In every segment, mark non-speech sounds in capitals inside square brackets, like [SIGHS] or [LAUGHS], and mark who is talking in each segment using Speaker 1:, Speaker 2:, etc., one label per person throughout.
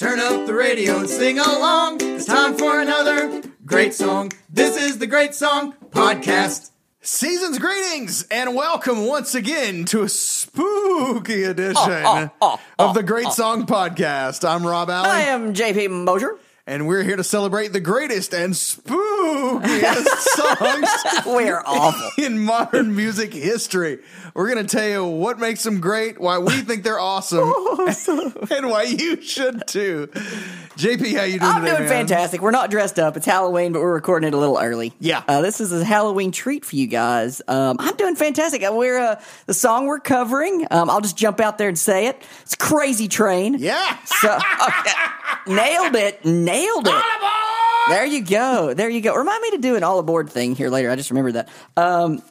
Speaker 1: Turn up the radio and sing along. It's time for another great song. This is the Great Song Podcast.
Speaker 2: Season's greetings and welcome once again to a spooky edition
Speaker 3: Ah,
Speaker 2: of the Great Song Podcast. I'm Rob Alley,
Speaker 3: I am JP Mosier.
Speaker 2: and we're here to celebrate the greatest and
Speaker 3: [LAUGHS]
Speaker 2: spookiest songs
Speaker 3: We're awful.
Speaker 2: in modern music history. We're going to tell you what makes them great, why we think they're awesome, and why you should too. JP, how you doing
Speaker 3: [LAUGHS] I'm
Speaker 2: today, man?
Speaker 3: doing fantastic. We're not dressed up. It's Halloween, but we're recording it a little early.
Speaker 2: Yeah.
Speaker 3: Uh, this is a Halloween treat for you guys. Um, I'm doing fantastic. Uh, We're uh, the song we're covering. Um, I'll just jump out there and say it. It's Crazy Train.
Speaker 2: Yeah.
Speaker 3: So, [LAUGHS] okay. nailed it. Nailed it. There you go. There you go. Remind me to do an all aboard thing here later. I just remembered that. Um,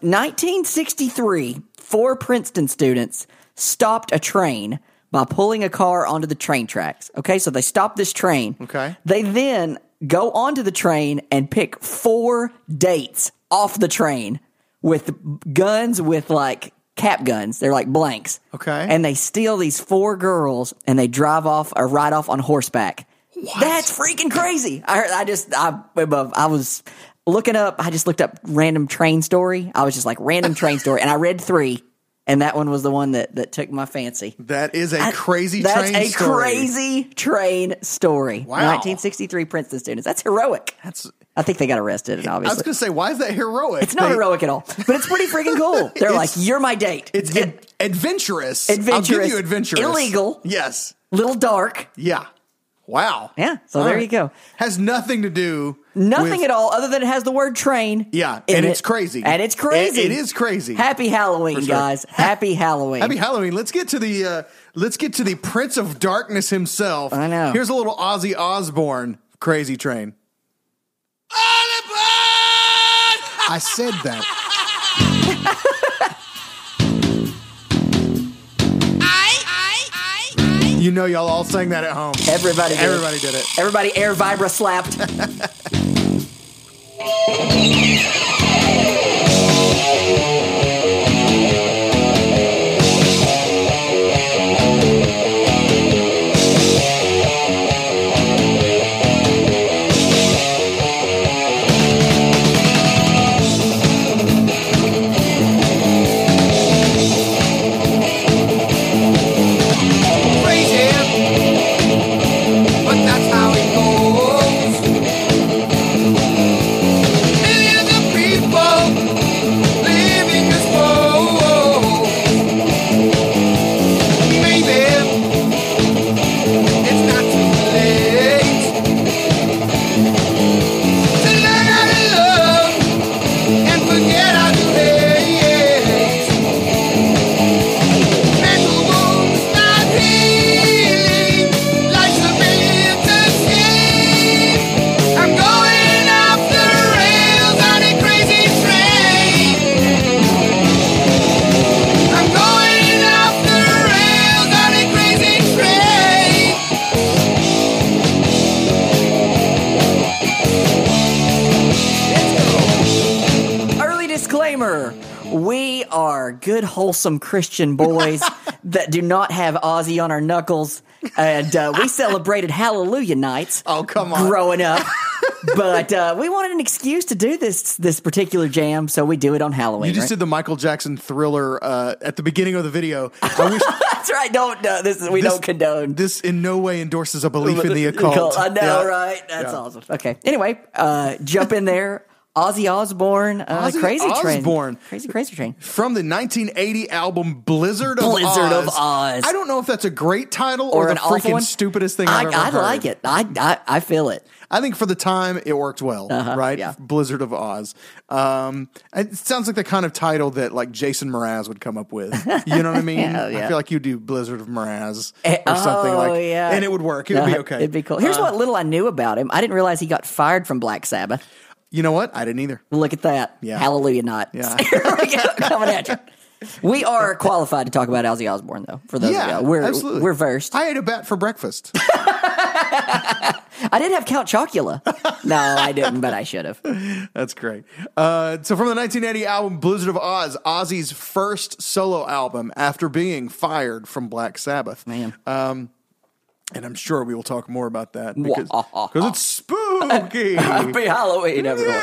Speaker 3: 1963, four Princeton students stopped a train by pulling a car onto the train tracks. Okay, so they stop this train.
Speaker 2: Okay.
Speaker 3: They then go onto the train and pick four dates off the train with guns with like cap guns. They're like blanks.
Speaker 2: Okay.
Speaker 3: And they steal these four girls and they drive off or ride off on horseback. That's freaking crazy. I heard, I just I I was looking up. I just looked up random train story. I was just like random train story, and I read three, and that one was the one that that took my fancy.
Speaker 2: That is a
Speaker 3: I-
Speaker 2: crazy
Speaker 3: That's
Speaker 2: train
Speaker 3: a
Speaker 2: story.
Speaker 3: crazy train story.
Speaker 2: Wow.
Speaker 3: 1963 Princeton students. That's heroic.
Speaker 2: That's-
Speaker 3: I think they got arrested, and
Speaker 2: I was
Speaker 3: obviously.
Speaker 2: going to say, why is that heroic?
Speaker 3: it's not
Speaker 2: They-
Speaker 3: heroic at all, but it's pretty
Speaker 2: [LAUGHS]
Speaker 3: freaking cool. They're like,
Speaker 2: It's-
Speaker 3: "You're my date."
Speaker 2: It's
Speaker 3: Get-
Speaker 2: ad- adventurous. I'll give
Speaker 3: Adventurous.
Speaker 2: you adventurous.
Speaker 3: Illegal.
Speaker 2: Yes.
Speaker 3: little dark.
Speaker 2: Yeah. Wow.
Speaker 3: Yeah. So there
Speaker 2: right.
Speaker 3: you go.
Speaker 2: Has nothing to do.
Speaker 3: Nothing
Speaker 2: with-
Speaker 3: at all other than it has the word train.
Speaker 2: Yeah,
Speaker 3: in
Speaker 2: and
Speaker 3: it.
Speaker 2: it's crazy.
Speaker 3: And it's crazy.
Speaker 2: It- it is crazy.
Speaker 3: Happy Halloween,
Speaker 2: For sure.
Speaker 3: guys.
Speaker 2: [LAUGHS]
Speaker 3: Happy Halloween.
Speaker 2: Happy Halloween. Let's get to the uh, let's get to the Prince of Darkness himself.
Speaker 3: I know.
Speaker 2: Here's a little Ozzy Osbourne crazy train. I said that. You know, y'all all sang that at home.
Speaker 3: Everybody did.
Speaker 2: Everybody did it.
Speaker 3: Everybody air
Speaker 2: [LAUGHS]
Speaker 3: vibra slapped.
Speaker 1: Praise him, but that's how it goes. Millions of people living this world. Maybe it's not too late to learn how to love and forget how to hate. Mental wounds not healing, life's a bitter sin. I'm going off the rails on a crazy train. I'm going off the rails on a crazy train.
Speaker 3: Early disclaimer. We are good, wholesome
Speaker 2: [LAUGHS]
Speaker 3: Christian boys that do not have Ozzy on our knuckles. And uh,
Speaker 2: [LAUGHS]
Speaker 3: we celebrated Hallelujah Nights.
Speaker 2: Oh, come on. [LAUGHS]
Speaker 3: Growing up. but uh, we wanted an excuse to do this this particular jam, so we do it on Halloween.
Speaker 2: You just
Speaker 3: right?
Speaker 2: did the Michael Jackson thriller uh, at the beginning of the video. I
Speaker 3: [LAUGHS]
Speaker 2: wish
Speaker 3: That's right. Don't uh, this is, we
Speaker 2: This-
Speaker 3: don't condone
Speaker 2: this in no way endorses
Speaker 3: [LAUGHS]
Speaker 2: a belief in the
Speaker 3: Cult.
Speaker 2: occult.
Speaker 3: I know,
Speaker 2: Yeah.
Speaker 3: right? That's
Speaker 2: Yeah.
Speaker 3: awesome. Okay. Anyway, uh, jump in there. Ozzy Osbourne, uh,
Speaker 2: Ozzy
Speaker 3: Crazy
Speaker 2: Osbourne.
Speaker 3: Train, Crazy Crazy Train.
Speaker 2: From the 1980 album Blizzard of
Speaker 3: Blizzard
Speaker 2: Oz.
Speaker 3: of Oz.
Speaker 2: I don't know if that's a great title or,
Speaker 3: or
Speaker 2: the
Speaker 3: an awful
Speaker 2: freaking
Speaker 3: one.
Speaker 2: stupidest thing I've
Speaker 3: I,
Speaker 2: ever
Speaker 3: I
Speaker 2: heard.
Speaker 3: like it. I, I I feel it.
Speaker 2: I think for the time it worked well, right?
Speaker 3: Uh-huh, yeah.
Speaker 2: Blizzard of Oz. Um, it sounds like the kind of title that like Jason Mraz would come up with. You
Speaker 3: [LAUGHS]
Speaker 2: know what I mean?
Speaker 3: Yeah, oh, yeah.
Speaker 2: I feel like you do Blizzard of Mraz
Speaker 3: Eh,
Speaker 2: or something
Speaker 3: oh,
Speaker 2: like,
Speaker 3: yeah. Uh-huh.
Speaker 2: and it would work. It would be okay.
Speaker 3: Uh,
Speaker 2: Uh,
Speaker 3: It'd be cool. Here's what little I knew about him. I didn't realize he got fired from Black Sabbath.
Speaker 2: You know what? I didn't either.
Speaker 3: Look at that.
Speaker 2: Yeah.
Speaker 3: Hallelujah night.
Speaker 2: Yeah.
Speaker 3: [LAUGHS] Here we go, coming at you.
Speaker 2: [LAUGHS]
Speaker 3: We are qualified to talk about Ozzy Osbourne, though. For those
Speaker 2: yeah,
Speaker 3: of you, we're
Speaker 2: absolutely.
Speaker 3: we're versed. I,
Speaker 2: I ate a bat for breakfast.
Speaker 3: did have
Speaker 2: [LAUGHS]
Speaker 3: Count Chocula. no, I didn't, but I should have.
Speaker 2: That's great. Uh, so, from the 1980 album Blizzard of Oz, Ozzy's first solo album after being fired from Black Sabbath. Um,
Speaker 3: Man.
Speaker 2: And I'm sure we will talk more about that
Speaker 3: Wah, [LAUGHS]
Speaker 2: because
Speaker 3: ah, ah,
Speaker 2: 'cause it's spooky.
Speaker 3: [LAUGHS] Happy Halloween, everyone.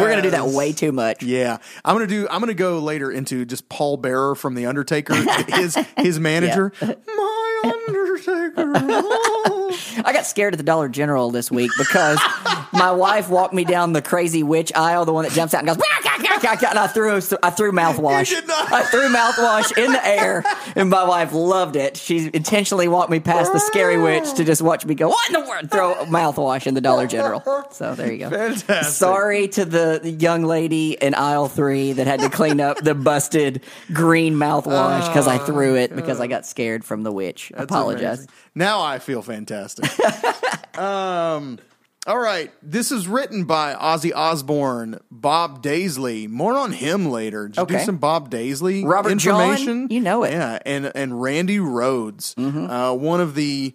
Speaker 3: We're gonna do that way too much.
Speaker 2: Yeah, I'm gonna do. I'm gonna go later into just Paul Bearer from The Undertaker, his
Speaker 3: [LAUGHS]
Speaker 2: his manager. My
Speaker 3: [LAUGHS]
Speaker 2: Undertaker.
Speaker 3: I got scared at the Dollar General this week because my wife walked me down the crazy witch aisle, the one that jumps out and goes, "Wah, gah, gah, gah, gah," and I threw I threw mouthwash.
Speaker 2: You did not.
Speaker 3: I threw mouthwash in the air, and my wife loved it. She intentionally walked me past the scary witch to just watch me go, "What in the world?" Throw mouthwash in the Dollar General. So there you go.
Speaker 2: Fantastic.
Speaker 3: Sorry to the young lady in aisle three that had to clean up the busted green mouthwash
Speaker 2: Oh,
Speaker 3: because I threw it because I got scared from the witch. Apologize.
Speaker 2: Amazing. Now I feel fantastic. um,
Speaker 3: [LAUGHS]
Speaker 2: all right. This is written by Ozzy Osbourne, Bob Daisley. More on him later. Did you do
Speaker 3: Okay.
Speaker 2: some Bob Daisley
Speaker 3: Robert John,
Speaker 2: information?
Speaker 3: you know it. Mm-hmm.
Speaker 2: Yeah, and and Randy Rhodes, uh, one of the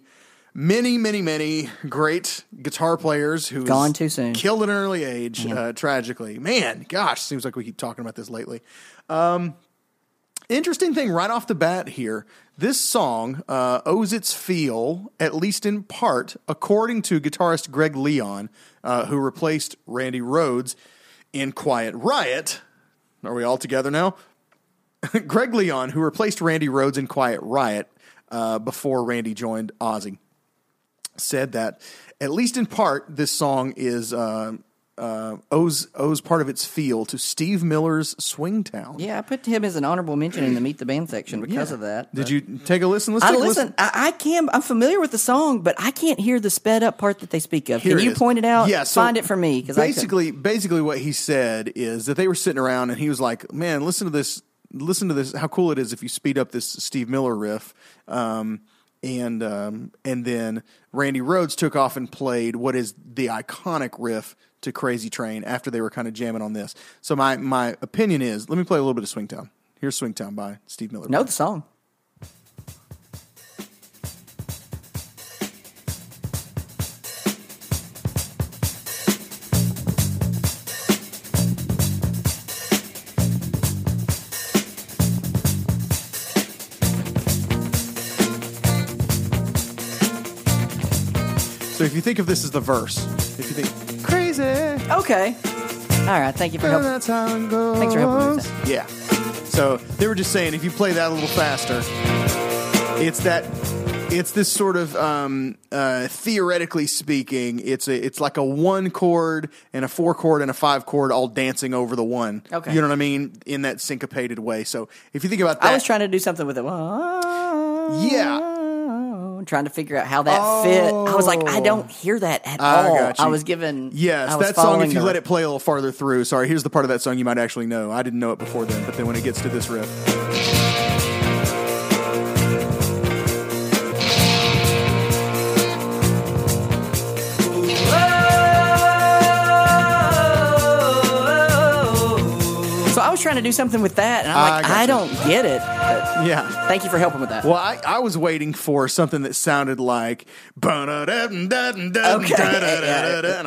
Speaker 2: many, many, many great guitar players who
Speaker 3: Gone too soon.
Speaker 2: killed at an early age, uh, tragically. Man, gosh, seems like we keep talking about this lately. Um, Interesting thing right off the bat here. This song uh, owes its feel, at least in part, according to guitarist Greg Leon, uh, who replaced Randy Rhodes in Quiet Riot. Are we all together now? [LAUGHS] Greg Leon, who replaced Randy Rhodes in Quiet Riot uh, before Randy joined Ozzy, said that, at least in part, this song is. Uh, uh, owes owes part of its feel to Steve Miller's Swingtown.
Speaker 3: Yeah, I put him as an honorable mention in the Meet the Band section because of that.
Speaker 2: Did you take a listen? Let's
Speaker 3: I
Speaker 2: take a
Speaker 3: listen. I, I can. I'm familiar with the song, but I can't hear the sped up part that they speak of.
Speaker 2: Here
Speaker 3: can you
Speaker 2: is.
Speaker 3: point it out?
Speaker 2: Yeah, so
Speaker 3: find it for me because
Speaker 2: basically, basically, what he said is that they were sitting around and he was like, "Man, listen to this! Listen to this! How cool it is if you speed up this Steve Miller riff." Um, and um, and then Randy Rhodes took off and played what is the iconic riff to Crazy Train after they were kind of jamming on this. So my my opinion is, let me play a little bit of Swingtown. Here's Swingtown by Steve Miller.
Speaker 3: know the song.
Speaker 2: So if you think of this as the verse, if you think crazy,
Speaker 3: Okay. All right. Thank you for helping.
Speaker 2: that's how it goes.
Speaker 3: Thanks for helping with
Speaker 2: Yeah. So they were just saying if you play that a little faster, it's that it's this sort of um, uh, theoretically speaking, it's a it's like a one chord and a four chord and a five chord all dancing over the one.
Speaker 3: Okay.
Speaker 2: You know what I mean? In that syncopated way. So if you think about that,
Speaker 3: I was trying to do something with it. Yeah. Trying to figure out how that fit. I was like, I don't hear that at
Speaker 2: Oh, I
Speaker 3: all.
Speaker 2: got you.
Speaker 3: I was given.
Speaker 2: Yes,
Speaker 3: I was
Speaker 2: that song.
Speaker 3: following
Speaker 2: If you
Speaker 3: the-
Speaker 2: let it play a little farther through, sorry. Here's the part of that song you might actually know. I didn't know it before then, but then when it gets to this riff,
Speaker 3: So I was trying to do something with that, and I'm
Speaker 2: I
Speaker 3: like,
Speaker 2: got
Speaker 3: I,
Speaker 2: you.
Speaker 3: don't get it. But
Speaker 2: yeah.
Speaker 3: thank you for helping with that.
Speaker 2: Well, I, I was waiting for something that sounded like and I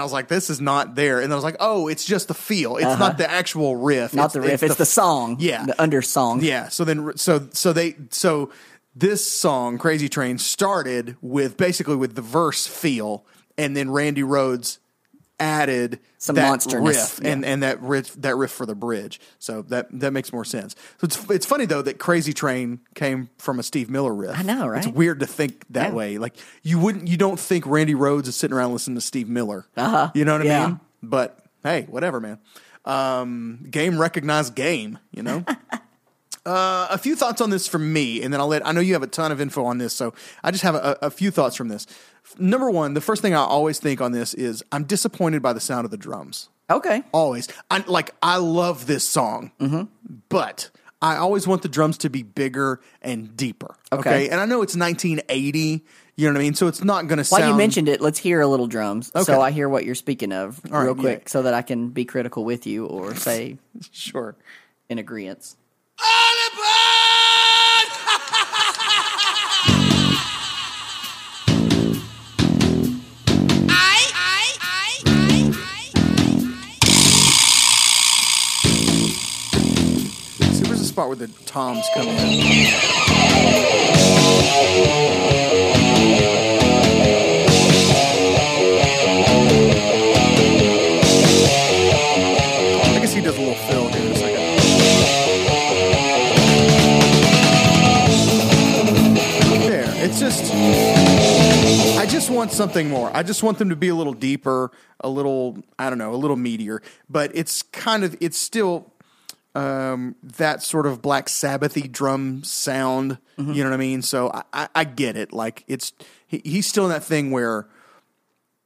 Speaker 2: was like, this is not there. And I was like, oh, it's just the feel. It's not the actual riff.
Speaker 3: Not the riff. It's, the, song.
Speaker 2: Yeah.
Speaker 3: the undersong.
Speaker 2: Yeah. So then, so so they so this song, Crazy Train, started with basically with the verse feel, and then Randy Rhodes added
Speaker 3: Some
Speaker 2: that
Speaker 3: monsterness.
Speaker 2: riff and and that riff that riff for the bridge. So that that makes more sense. So it's it's funny though that Crazy Train came from a Steve Miller riff.
Speaker 3: I know, right?
Speaker 2: It's weird to think that
Speaker 3: Yeah.
Speaker 2: way. Like you wouldn't you don't think Randy Rhodes is sitting around listening to Steve Miller. Uh huh. You know what
Speaker 3: Uh-huh. Yeah.
Speaker 2: I mean? But hey, whatever, man. Um, game recognized game, you
Speaker 3: [LAUGHS]
Speaker 2: know? uh, a few thoughts on this from me, and then I'll let, I know you have a ton of info on this, so I just have a, a few thoughts from this. F- Number one, the first thing I always think on this is I'm disappointed by the sound of the drums.
Speaker 3: Okay.
Speaker 2: Always. I, like, I love this song,
Speaker 3: Mm-hmm.
Speaker 2: but I always want the drums to be bigger and deeper.
Speaker 3: Okay.
Speaker 2: And I know it's 1980, you know what I mean? So it's not going to
Speaker 3: While
Speaker 2: sound.
Speaker 3: you mentioned it, let's hear a little drums
Speaker 2: Okay.
Speaker 3: so I hear what you're speaking of
Speaker 2: right,
Speaker 3: real quick
Speaker 2: yeah.
Speaker 3: so that I can be critical with you or say
Speaker 2: Sure.
Speaker 3: in agreement.
Speaker 1: All aboard! I, I, I, I, I,
Speaker 2: See, where's the spot where the toms come in? I guess he does a little fill here in a second. There. It's just. I just want something more. I just want them to be a little deeper, a little, I don't know, a little meatier. But it's kind of, it's still um, that sort of Black Sabbathy drum sound. You know what I mean? So I, I, I get it. Like it's he, he's still in that thing where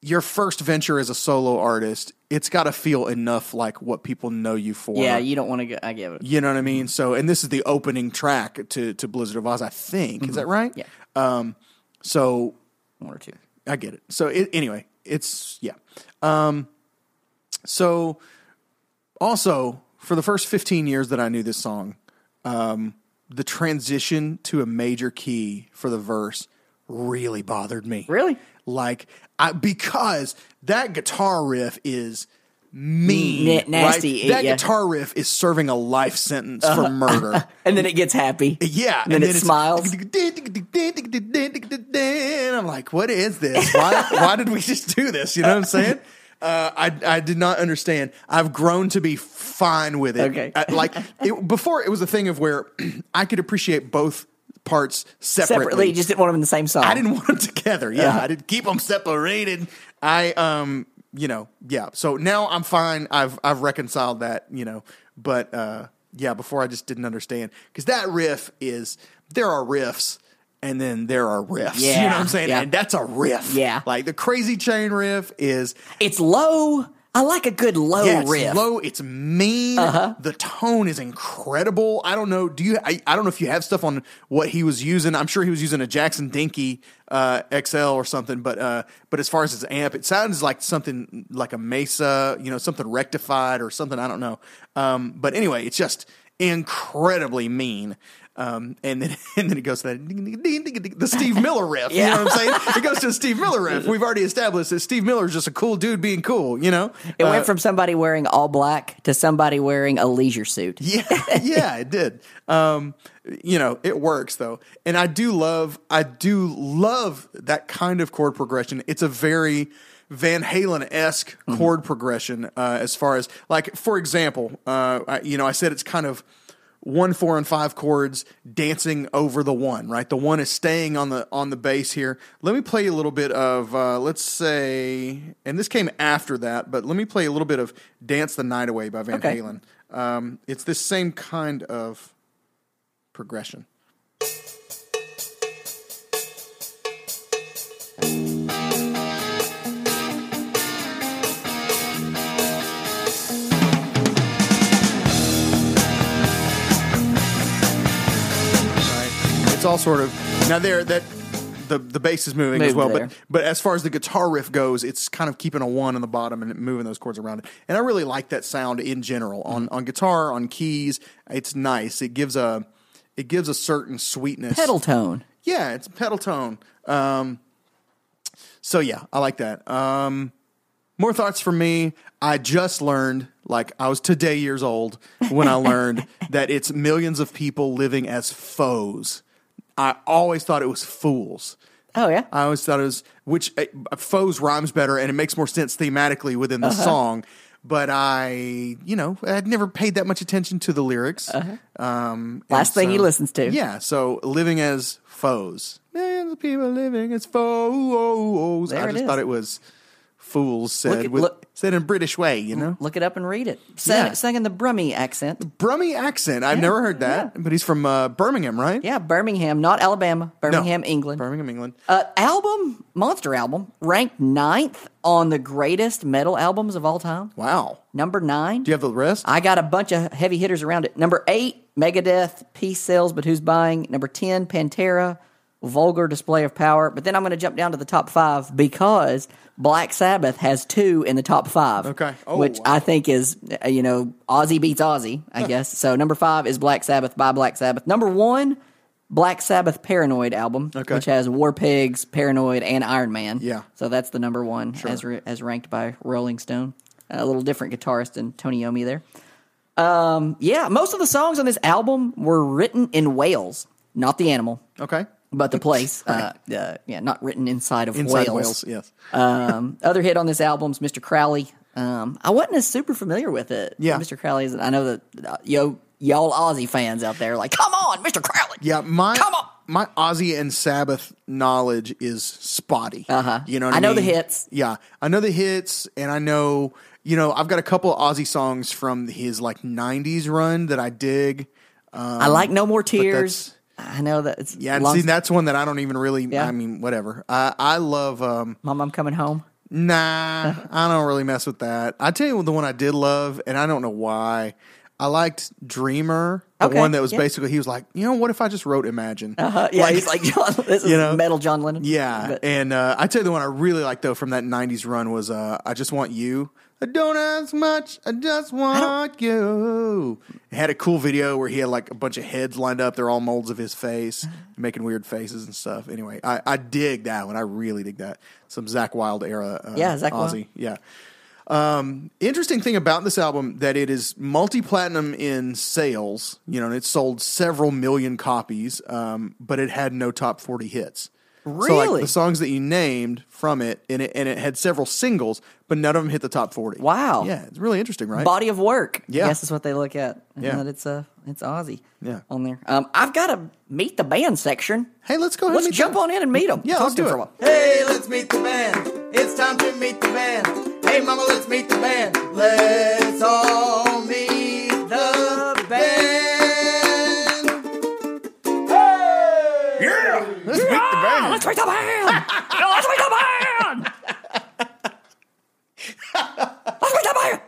Speaker 2: your first venture as a solo artist, it's got to feel enough like what people know you for.
Speaker 3: Yeah, you don't want to go. I give it.
Speaker 2: You know what I mean? So, and this is the opening track to to Blizzard of Oz, I think. Is that right?
Speaker 3: Yeah.
Speaker 2: Um, so
Speaker 3: One or two.
Speaker 2: I get it. So it, anyway, it's yeah. Um, so also for the first 15 years that I knew this song, um, the transition to a major key for the verse really bothered me.
Speaker 3: Really?
Speaker 2: Like I because that guitar riff is mean,
Speaker 3: Na- nasty,
Speaker 2: right? That
Speaker 3: yeah. Uh-huh.
Speaker 2: guitar riff is serving a life sentence for
Speaker 3: [LAUGHS]
Speaker 2: murder.
Speaker 3: And then it gets happy.
Speaker 2: Yeah,
Speaker 3: And then, it
Speaker 2: it's-
Speaker 3: smiles.
Speaker 2: [LAUGHS] I'm like, what is this? Why? why did we just do this? You know what I'm
Speaker 3: [LAUGHS]
Speaker 2: saying? Uh, I I did not understand. I've grown to be fine with it.
Speaker 3: Okay.
Speaker 2: I- like it, before, it was a thing of where [CLEARS THROAT] I could appreciate both parts separately.
Speaker 3: Separately, you just didn't want them in the same song.
Speaker 2: I didn't [LAUGHS] want them together.
Speaker 3: Uh-huh.
Speaker 2: Yeah, I didn't keep them separated. I um, you know, yeah. So now I'm fine. I've I've reconciled that, you know. But uh, yeah, before I just didn't understand because that riff is there are riffs and then there are riffs. [LAUGHS] You know what
Speaker 3: Yeah,
Speaker 2: I'm saying?
Speaker 3: yeah.
Speaker 2: And that's a riff.
Speaker 3: Yeah.
Speaker 2: like the crazy chain riff is
Speaker 3: It's low. I like a good low
Speaker 2: yeah, it's
Speaker 3: riff. Uh-huh.
Speaker 2: low. It's mean. The tone is incredible. I don't know. Do you? I, I don't know if you have stuff on what he was using. I'm sure he was using a Jackson Dinky uh, XL or something. But uh, but as far as his amp, it sounds like something like a Mesa. You know, something rectified or something. I don't know. Um, but anyway, it's just incredibly mean. Um, and then [LAUGHS] and then it goes to that the Steve
Speaker 3: [LAUGHS]
Speaker 2: Miller riff. You know what I'm saying? It goes to a Steve Miller riff. We've already established that Steve Miller is just a cool dude being cool. You know,
Speaker 3: It went from somebody wearing all black to somebody wearing a leisure suit.
Speaker 2: yeah, [LAUGHS] yeah, it did. Um, you know, it works though, and I do love, I do love that kind of chord progression. It's a very Van Halen esque chord progression, uh, as far as like, for example, uh, I, you know, I said it's kind of one, four, and five chords dancing over the one, right? The one is staying on the on the bass here. Let me play a little bit of, uh, let's say, and this came after that, but let me play a little bit of "Dance the Night Away" by Van
Speaker 3: Okay.
Speaker 2: Halen. Um, it's this same kind of progression. Right? It's all sort of now there that the the bass is moving as
Speaker 3: Moved
Speaker 2: well,
Speaker 3: there.
Speaker 2: but but as far as the guitar riff goes, it's kind of keeping a one on the bottom and moving those chords around it. And I really like that sound in general on on guitar, on keys. It's nice. It gives a it gives a certain sweetness.
Speaker 3: Pedal tone.
Speaker 2: Yeah, it's pedal tone. Um, so yeah, I like that. Um, more thoughts for me. I just learned, like I was today years old when I learned that it's millions of people living as foes. I always thought it was fools.
Speaker 3: Oh yeah.
Speaker 2: I always thought it was which uh, foes rhymes better and it makes more sense thematically within the
Speaker 3: Uh-huh.
Speaker 2: song. But I, you know, I'd never paid that much attention to the lyrics. Um, and
Speaker 3: Uh-huh. Last thing he listens to.
Speaker 2: Yeah. So living as foes, millions of people living as foes.
Speaker 3: There
Speaker 2: I
Speaker 3: it
Speaker 2: just
Speaker 3: is.
Speaker 2: thought it was fools said
Speaker 3: at-
Speaker 2: with
Speaker 3: look-
Speaker 2: said in British way, you know.
Speaker 3: Look it up and read it. Sang,
Speaker 2: Yeah.
Speaker 3: sang in the Brummie accent.
Speaker 2: Brummy accent. I've never heard that, but he's from uh, Birmingham, right?
Speaker 3: Yeah, Birmingham, not Alabama. Birmingham, England.
Speaker 2: Birmingham, England.
Speaker 3: Uh, album, monster album, ranked ninth on the greatest metal albums of all time.
Speaker 2: Wow.
Speaker 3: Number nine.
Speaker 2: Do you have the rest?
Speaker 3: I got a bunch of heavy hitters around it. Number eight, Megadeth, Peace Sells, but Who's Buying? Number 10, Pantera, Vulgar Display of Power. But then I'm going to jump down to the top five because Black Sabbath has two in the top five.
Speaker 2: Okay. Oh,
Speaker 3: which
Speaker 2: wow.
Speaker 3: I think is, uh, you know, Aussie beats Aussie, I guess. So number five is Black Sabbath by Black Sabbath. Number one, Black Sabbath Paranoid album,
Speaker 2: Okay.
Speaker 3: which has War Pigs, Paranoid, and Iron Man.
Speaker 2: Yeah.
Speaker 3: So that's the number one as re- as ranked by Rolling Stone. A little different guitarist than Tony Iommi there. Um, yeah, most of the songs on this album were written in Wales, not the animal,
Speaker 2: okay. [LAUGHS]
Speaker 3: but the place. uh, uh, yeah, not written inside of
Speaker 2: Inside Wales,
Speaker 3: Wales.
Speaker 2: yes.
Speaker 3: Um, other hit on this album's Mr. Crowley. Um, I wasn't as super familiar with it.
Speaker 2: Yeah.
Speaker 3: Mr. Crowley is. I know that uh, yo y'all Aussie fans out there are like, come on, Mr. Crowley.
Speaker 2: Yeah, my
Speaker 3: Come on.
Speaker 2: my Aussie and Sabbath knowledge is spotty. Uh-huh. You know, what
Speaker 3: I
Speaker 2: I,
Speaker 3: know the
Speaker 2: mean?
Speaker 3: hits.
Speaker 2: Yeah, I know the hits, and I know you know I've got a couple Aussie songs from his like '90s run that I dig.
Speaker 3: I like No More Tears. I know that. It's
Speaker 2: Um, Yeah, and
Speaker 3: long-
Speaker 2: see, that's one that I don't even really.
Speaker 3: Yeah.
Speaker 2: I mean, whatever. I I love. um
Speaker 3: Mom, I'm coming home. [LAUGHS]
Speaker 2: Nah, I don't really mess with that. I tell you the one I did love, and I don't know why. I liked Dreamer, the
Speaker 3: Okay,
Speaker 2: one that was
Speaker 3: yeah.
Speaker 2: basically he was like, you know, what if I just wrote Imagine?
Speaker 3: Uh, yeah, he's like John. [LAUGHS] This is
Speaker 2: you know?
Speaker 3: metal John Lennon.
Speaker 2: Yeah,
Speaker 3: But-
Speaker 2: and uh, I tell you the one I really liked though from that '90s run was uh, "I Just Want You." I don't ask much. I just want you. It had a cool video where he had like a bunch of heads lined up. They're all molds of his face,
Speaker 3: Uh-huh.
Speaker 2: making weird faces and stuff. Anyway, I, I dig that one. I really dig that. Some Zach Wilde era. Uh,
Speaker 3: Yeah, Zakk Wylde.
Speaker 2: Aussie. Yeah. Um, interesting thing about this album that it is multi-platinum in sales. You know, and it sold several million copies, um, but it had no top forty hits. So like
Speaker 3: Really?
Speaker 2: the songs that you named from it, and it and it had several singles, but none of them hit the top forty.
Speaker 3: Wow.
Speaker 2: Yeah, it's really interesting, right?
Speaker 3: body of work.
Speaker 2: Yeah.
Speaker 3: I guess is what they look at. And
Speaker 2: Yeah.
Speaker 3: that it's uh, it's Aussie.
Speaker 2: Yeah.
Speaker 3: on there. Um, I've got to meet the band section.
Speaker 2: hey, let's go ahead.
Speaker 3: Let's
Speaker 2: and meet
Speaker 3: jump
Speaker 2: them.
Speaker 3: on in and meet them.
Speaker 2: Yeah,
Speaker 3: Talk
Speaker 2: let's
Speaker 3: to
Speaker 2: do
Speaker 3: 'em
Speaker 2: it.
Speaker 3: for a while.
Speaker 4: Hey, let's meet the band. It's time to meet the band. Hey, mama, let's meet the band. Let's all meet the band.
Speaker 2: Let's meet the band.
Speaker 3: Let's meet
Speaker 2: [LAUGHS]
Speaker 3: the band. Yeah, let's meet the band. let's meet the band.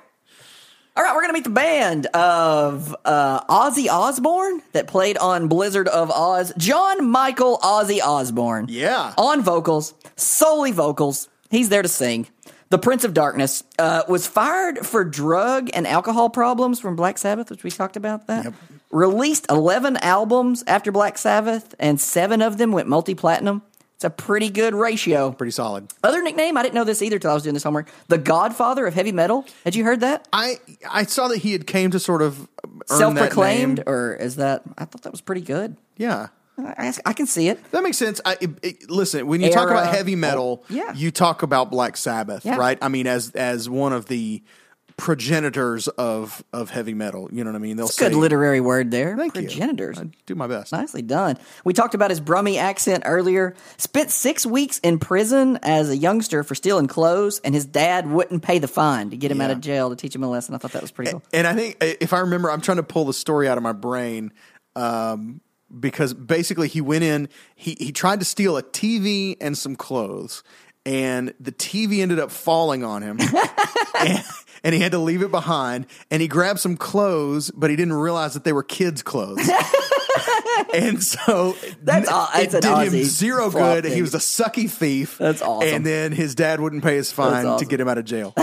Speaker 3: All right, we're gonna meet the band of uh, Ozzy Osbourne that played on Blizzard of Oz. John Michael Ozzy Osbourne.
Speaker 2: Yeah.
Speaker 3: on vocals, solely vocals. He's there to sing. The Prince of Darkness uh, was fired for drug and alcohol problems from Black Sabbath, which we talked about that.
Speaker 2: Yep.
Speaker 3: Released 11 albums after Black Sabbath, and seven of them went multi platinum. It's a pretty good ratio.
Speaker 2: Pretty solid.
Speaker 3: Other nickname, I didn't know this either till I was doing this homework. The Godfather of Heavy Metal. Had you heard that?
Speaker 2: I I saw that he had came to sort of earn that
Speaker 3: Self proclaimed,
Speaker 2: name.
Speaker 3: or is that? I thought that was pretty good.
Speaker 2: Yeah.
Speaker 3: I, I can see it.
Speaker 2: That makes sense. I, it, it- listen, when you talk
Speaker 3: Era.
Speaker 2: about heavy metal,
Speaker 3: Oh, yeah.
Speaker 2: you talk about Black Sabbath,
Speaker 3: Yeah.
Speaker 2: right? I mean, as as one of the progenitors of of heavy metal. You know what I mean? They'll
Speaker 3: It's a
Speaker 2: say,
Speaker 3: good literary word there.
Speaker 2: Thank you.
Speaker 3: Progenitors.
Speaker 2: I do my best.
Speaker 3: Nicely done. We talked about his Brummie accent earlier. Spent six weeks in prison as a youngster for stealing clothes, and his dad wouldn't pay the fine to get him out
Speaker 2: Yeah.
Speaker 3: of jail to teach him a lesson. I thought that was pretty cool.
Speaker 2: And I think uh, if I remember, I'm trying to pull the story out of my brain um, because basically he went in, he he tried to steal a TV and some clothes, and the TV ended up falling on
Speaker 3: [LAUGHS]
Speaker 2: him. and, and he had to leave it behind. And he grabbed some clothes, but he didn't realize that they were kids'
Speaker 3: [LAUGHS]
Speaker 2: clothes. and so
Speaker 3: That's
Speaker 2: n-
Speaker 3: aw-
Speaker 2: it
Speaker 3: that's an
Speaker 2: did him
Speaker 3: Aussie
Speaker 2: zero
Speaker 3: flop
Speaker 2: good. He
Speaker 3: thing.
Speaker 2: was a sucky thief.
Speaker 3: That's awesome.
Speaker 2: And then his dad wouldn't pay his fine to
Speaker 3: awesome.
Speaker 2: get him out of
Speaker 3: [LAUGHS]
Speaker 2: jail.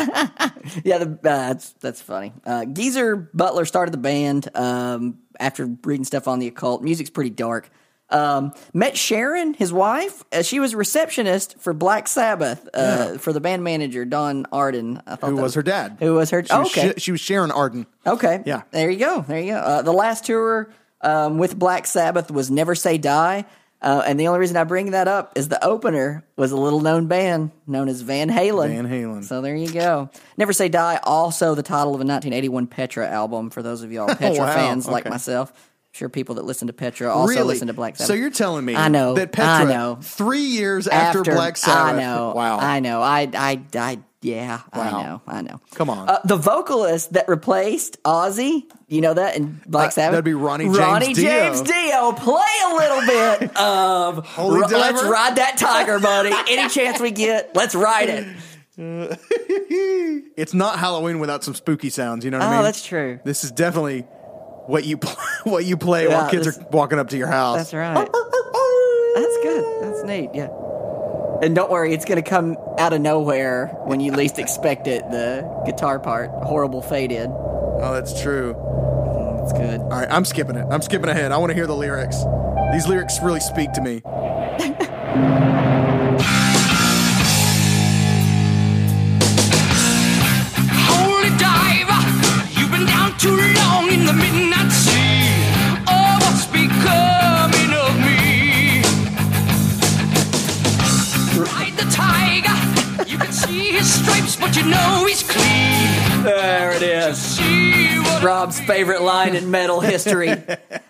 Speaker 3: Yeah, the, uh, that's that's funny. Uh, Geezer Butler started the band um, after reading stuff on the occult. Music's pretty dark. Um, met Sharon, his wife. Uh, she was a receptionist for Black Sabbath uh, for the band manager Don Arden. I thought
Speaker 2: Who
Speaker 3: that
Speaker 2: was her dad?
Speaker 3: Who was her?
Speaker 2: She
Speaker 3: Oh,
Speaker 2: was
Speaker 3: okay,
Speaker 2: Sh- she was Sharon Arden.
Speaker 3: Okay.
Speaker 2: Yeah.
Speaker 3: There you go. There you go. Uh, the last tour um, with Black Sabbath was Never Say Die. Uh, and the only reason I bring that up is the opener was a little known band known as Van Halen.
Speaker 2: Van Halen.
Speaker 3: So there you go. Never Say Die, also the title of a 1981 Petra album for those
Speaker 2: [LAUGHS]
Speaker 3: of y'all Petra
Speaker 2: Oh, wow.
Speaker 3: fans like
Speaker 2: Okay.
Speaker 3: myself. I'm sure people that listen to Petra also listen to Black Sabbath.
Speaker 2: So you're telling me
Speaker 3: I know.
Speaker 2: that Petra,
Speaker 3: I know.
Speaker 2: three years after, Black Sabbath,
Speaker 3: I know.
Speaker 2: wow,
Speaker 3: I know. I I I Yeah,
Speaker 2: Wow.
Speaker 3: I know, I know.
Speaker 2: Come on.
Speaker 3: Uh, the vocalist that replaced Ozzy, you know that in Black
Speaker 2: Uh,
Speaker 3: Sabbath?
Speaker 2: that'd be Ronnie James
Speaker 3: Ronnie
Speaker 2: Dio.
Speaker 3: James Dio. Play a little
Speaker 2: [LAUGHS]
Speaker 3: bit of
Speaker 2: Holy Diver?
Speaker 3: Let's Ride That Tiger, buddy.
Speaker 2: [LAUGHS]
Speaker 3: Any chance we get, let's ride it.
Speaker 2: It's not Halloween without some spooky sounds. You know what I
Speaker 3: Oh,
Speaker 2: mean?
Speaker 3: that's true.
Speaker 2: This is definitely what you play, [LAUGHS] what you play while
Speaker 3: Yeah,
Speaker 2: kids
Speaker 3: this-
Speaker 2: are walking up to your house.
Speaker 3: That's right. That's good. That's neat, yeah. And don't worry, it's going to come out of nowhere when you least expect it. The guitar part, horrible fade in.
Speaker 2: Oh, that's true. All
Speaker 3: That's good.
Speaker 2: right, I'm skipping it. I'm skipping ahead. I want to hear the lyrics. These lyrics really speak to me.
Speaker 1: Holy diver, you've been down too long in the midnight sea. Oh, what's becoming of me? Ride the tiger, you can see his stripes, but you know he's clean.
Speaker 3: There it is.
Speaker 1: See what
Speaker 3: Rob's favorite line in
Speaker 2: [LAUGHS]
Speaker 3: metal history.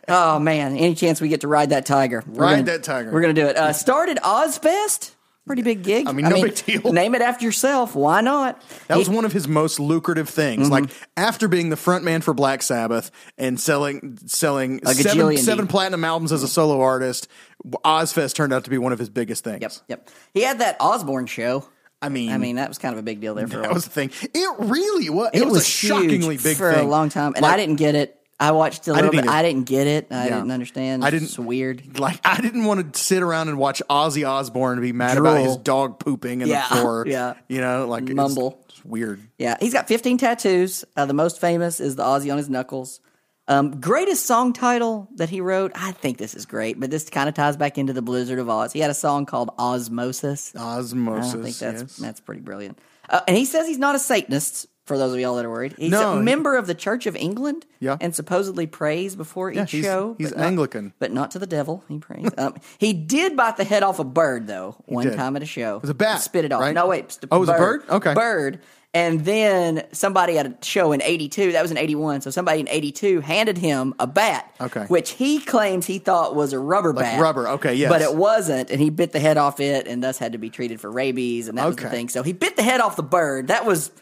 Speaker 3: oh man, any chance we get to ride that tiger? We're
Speaker 2: Ride
Speaker 3: gonna-
Speaker 2: that tiger.
Speaker 3: We're gonna do it. Uh, started Ozfest, pretty big gig.
Speaker 2: I mean, no big deal.
Speaker 3: Name it after yourself. Why not?
Speaker 2: That was
Speaker 3: He- Mm-hmm.
Speaker 2: one of his most lucrative things. Like after being the frontman for Black Sabbath and selling selling seven,
Speaker 3: gajillion
Speaker 2: seven
Speaker 3: deep.
Speaker 2: platinum albums as a solo artist, Ozfest turned out to be one of his biggest things.
Speaker 3: Yep, yep. He had that Osborne show.
Speaker 2: I mean,
Speaker 3: I mean, that was kind of a big deal there for a
Speaker 2: Mm. that
Speaker 3: while.
Speaker 2: was the thing. It really was. It, was, a
Speaker 3: huge
Speaker 2: shockingly big
Speaker 3: for
Speaker 2: thing
Speaker 3: a long time, and
Speaker 2: Like,
Speaker 3: I didn't get it. I watched a little
Speaker 2: didn't
Speaker 3: bit.
Speaker 2: either.
Speaker 3: I didn't get it. I
Speaker 2: Yeah.
Speaker 3: didn't understand.
Speaker 2: I didn't-
Speaker 3: It's weird.
Speaker 2: Like I didn't want to sit around and watch Ozzy Osbourne be mad about
Speaker 3: Drool.
Speaker 2: his dog pooping in
Speaker 3: Yeah, [LAUGHS]
Speaker 2: the floor.
Speaker 3: yeah.
Speaker 2: you know, like it's-
Speaker 3: Mumble.
Speaker 2: It's, weird.
Speaker 3: Yeah, he's got 15 tattoos. Uh, the most famous is the Aussie on his knuckles. Um, greatest song title that he wrote. I think this is great, but this kind of ties back into the Blizzard of Oz. He had a song called Osmosis.
Speaker 2: Osmosis.
Speaker 3: I don't think that's
Speaker 2: yes.
Speaker 3: that's pretty brilliant. Uh, and he says he's not a Satanist. For those of y'all that are worried, he's
Speaker 2: No,
Speaker 3: a
Speaker 2: he-
Speaker 3: member of the Church of England.
Speaker 2: Yeah.
Speaker 3: and supposedly prays before each
Speaker 2: he's-
Speaker 3: show.
Speaker 2: he's
Speaker 3: but not-
Speaker 2: Anglican.
Speaker 3: but not to the devil. He prays. um, he did bite the head off a bird though one
Speaker 2: did.
Speaker 3: time at a show. It
Speaker 2: was a bat,
Speaker 3: Spit it off.
Speaker 2: right?
Speaker 3: No wait. st-
Speaker 2: Oh, it was a bird? Okay.
Speaker 3: Bird. And then somebody at a show in '82. That was in '81. So somebody in '82 handed him a bat.
Speaker 2: Okay.
Speaker 3: Which he claims he thought was a rubber
Speaker 2: Like
Speaker 3: bat.
Speaker 2: rubber, okay, yes.
Speaker 3: But it wasn't, and he bit the head off it, and thus had to be treated for rabies, and that was the
Speaker 2: Okay.
Speaker 3: thing. So he bit the head off the bird. That was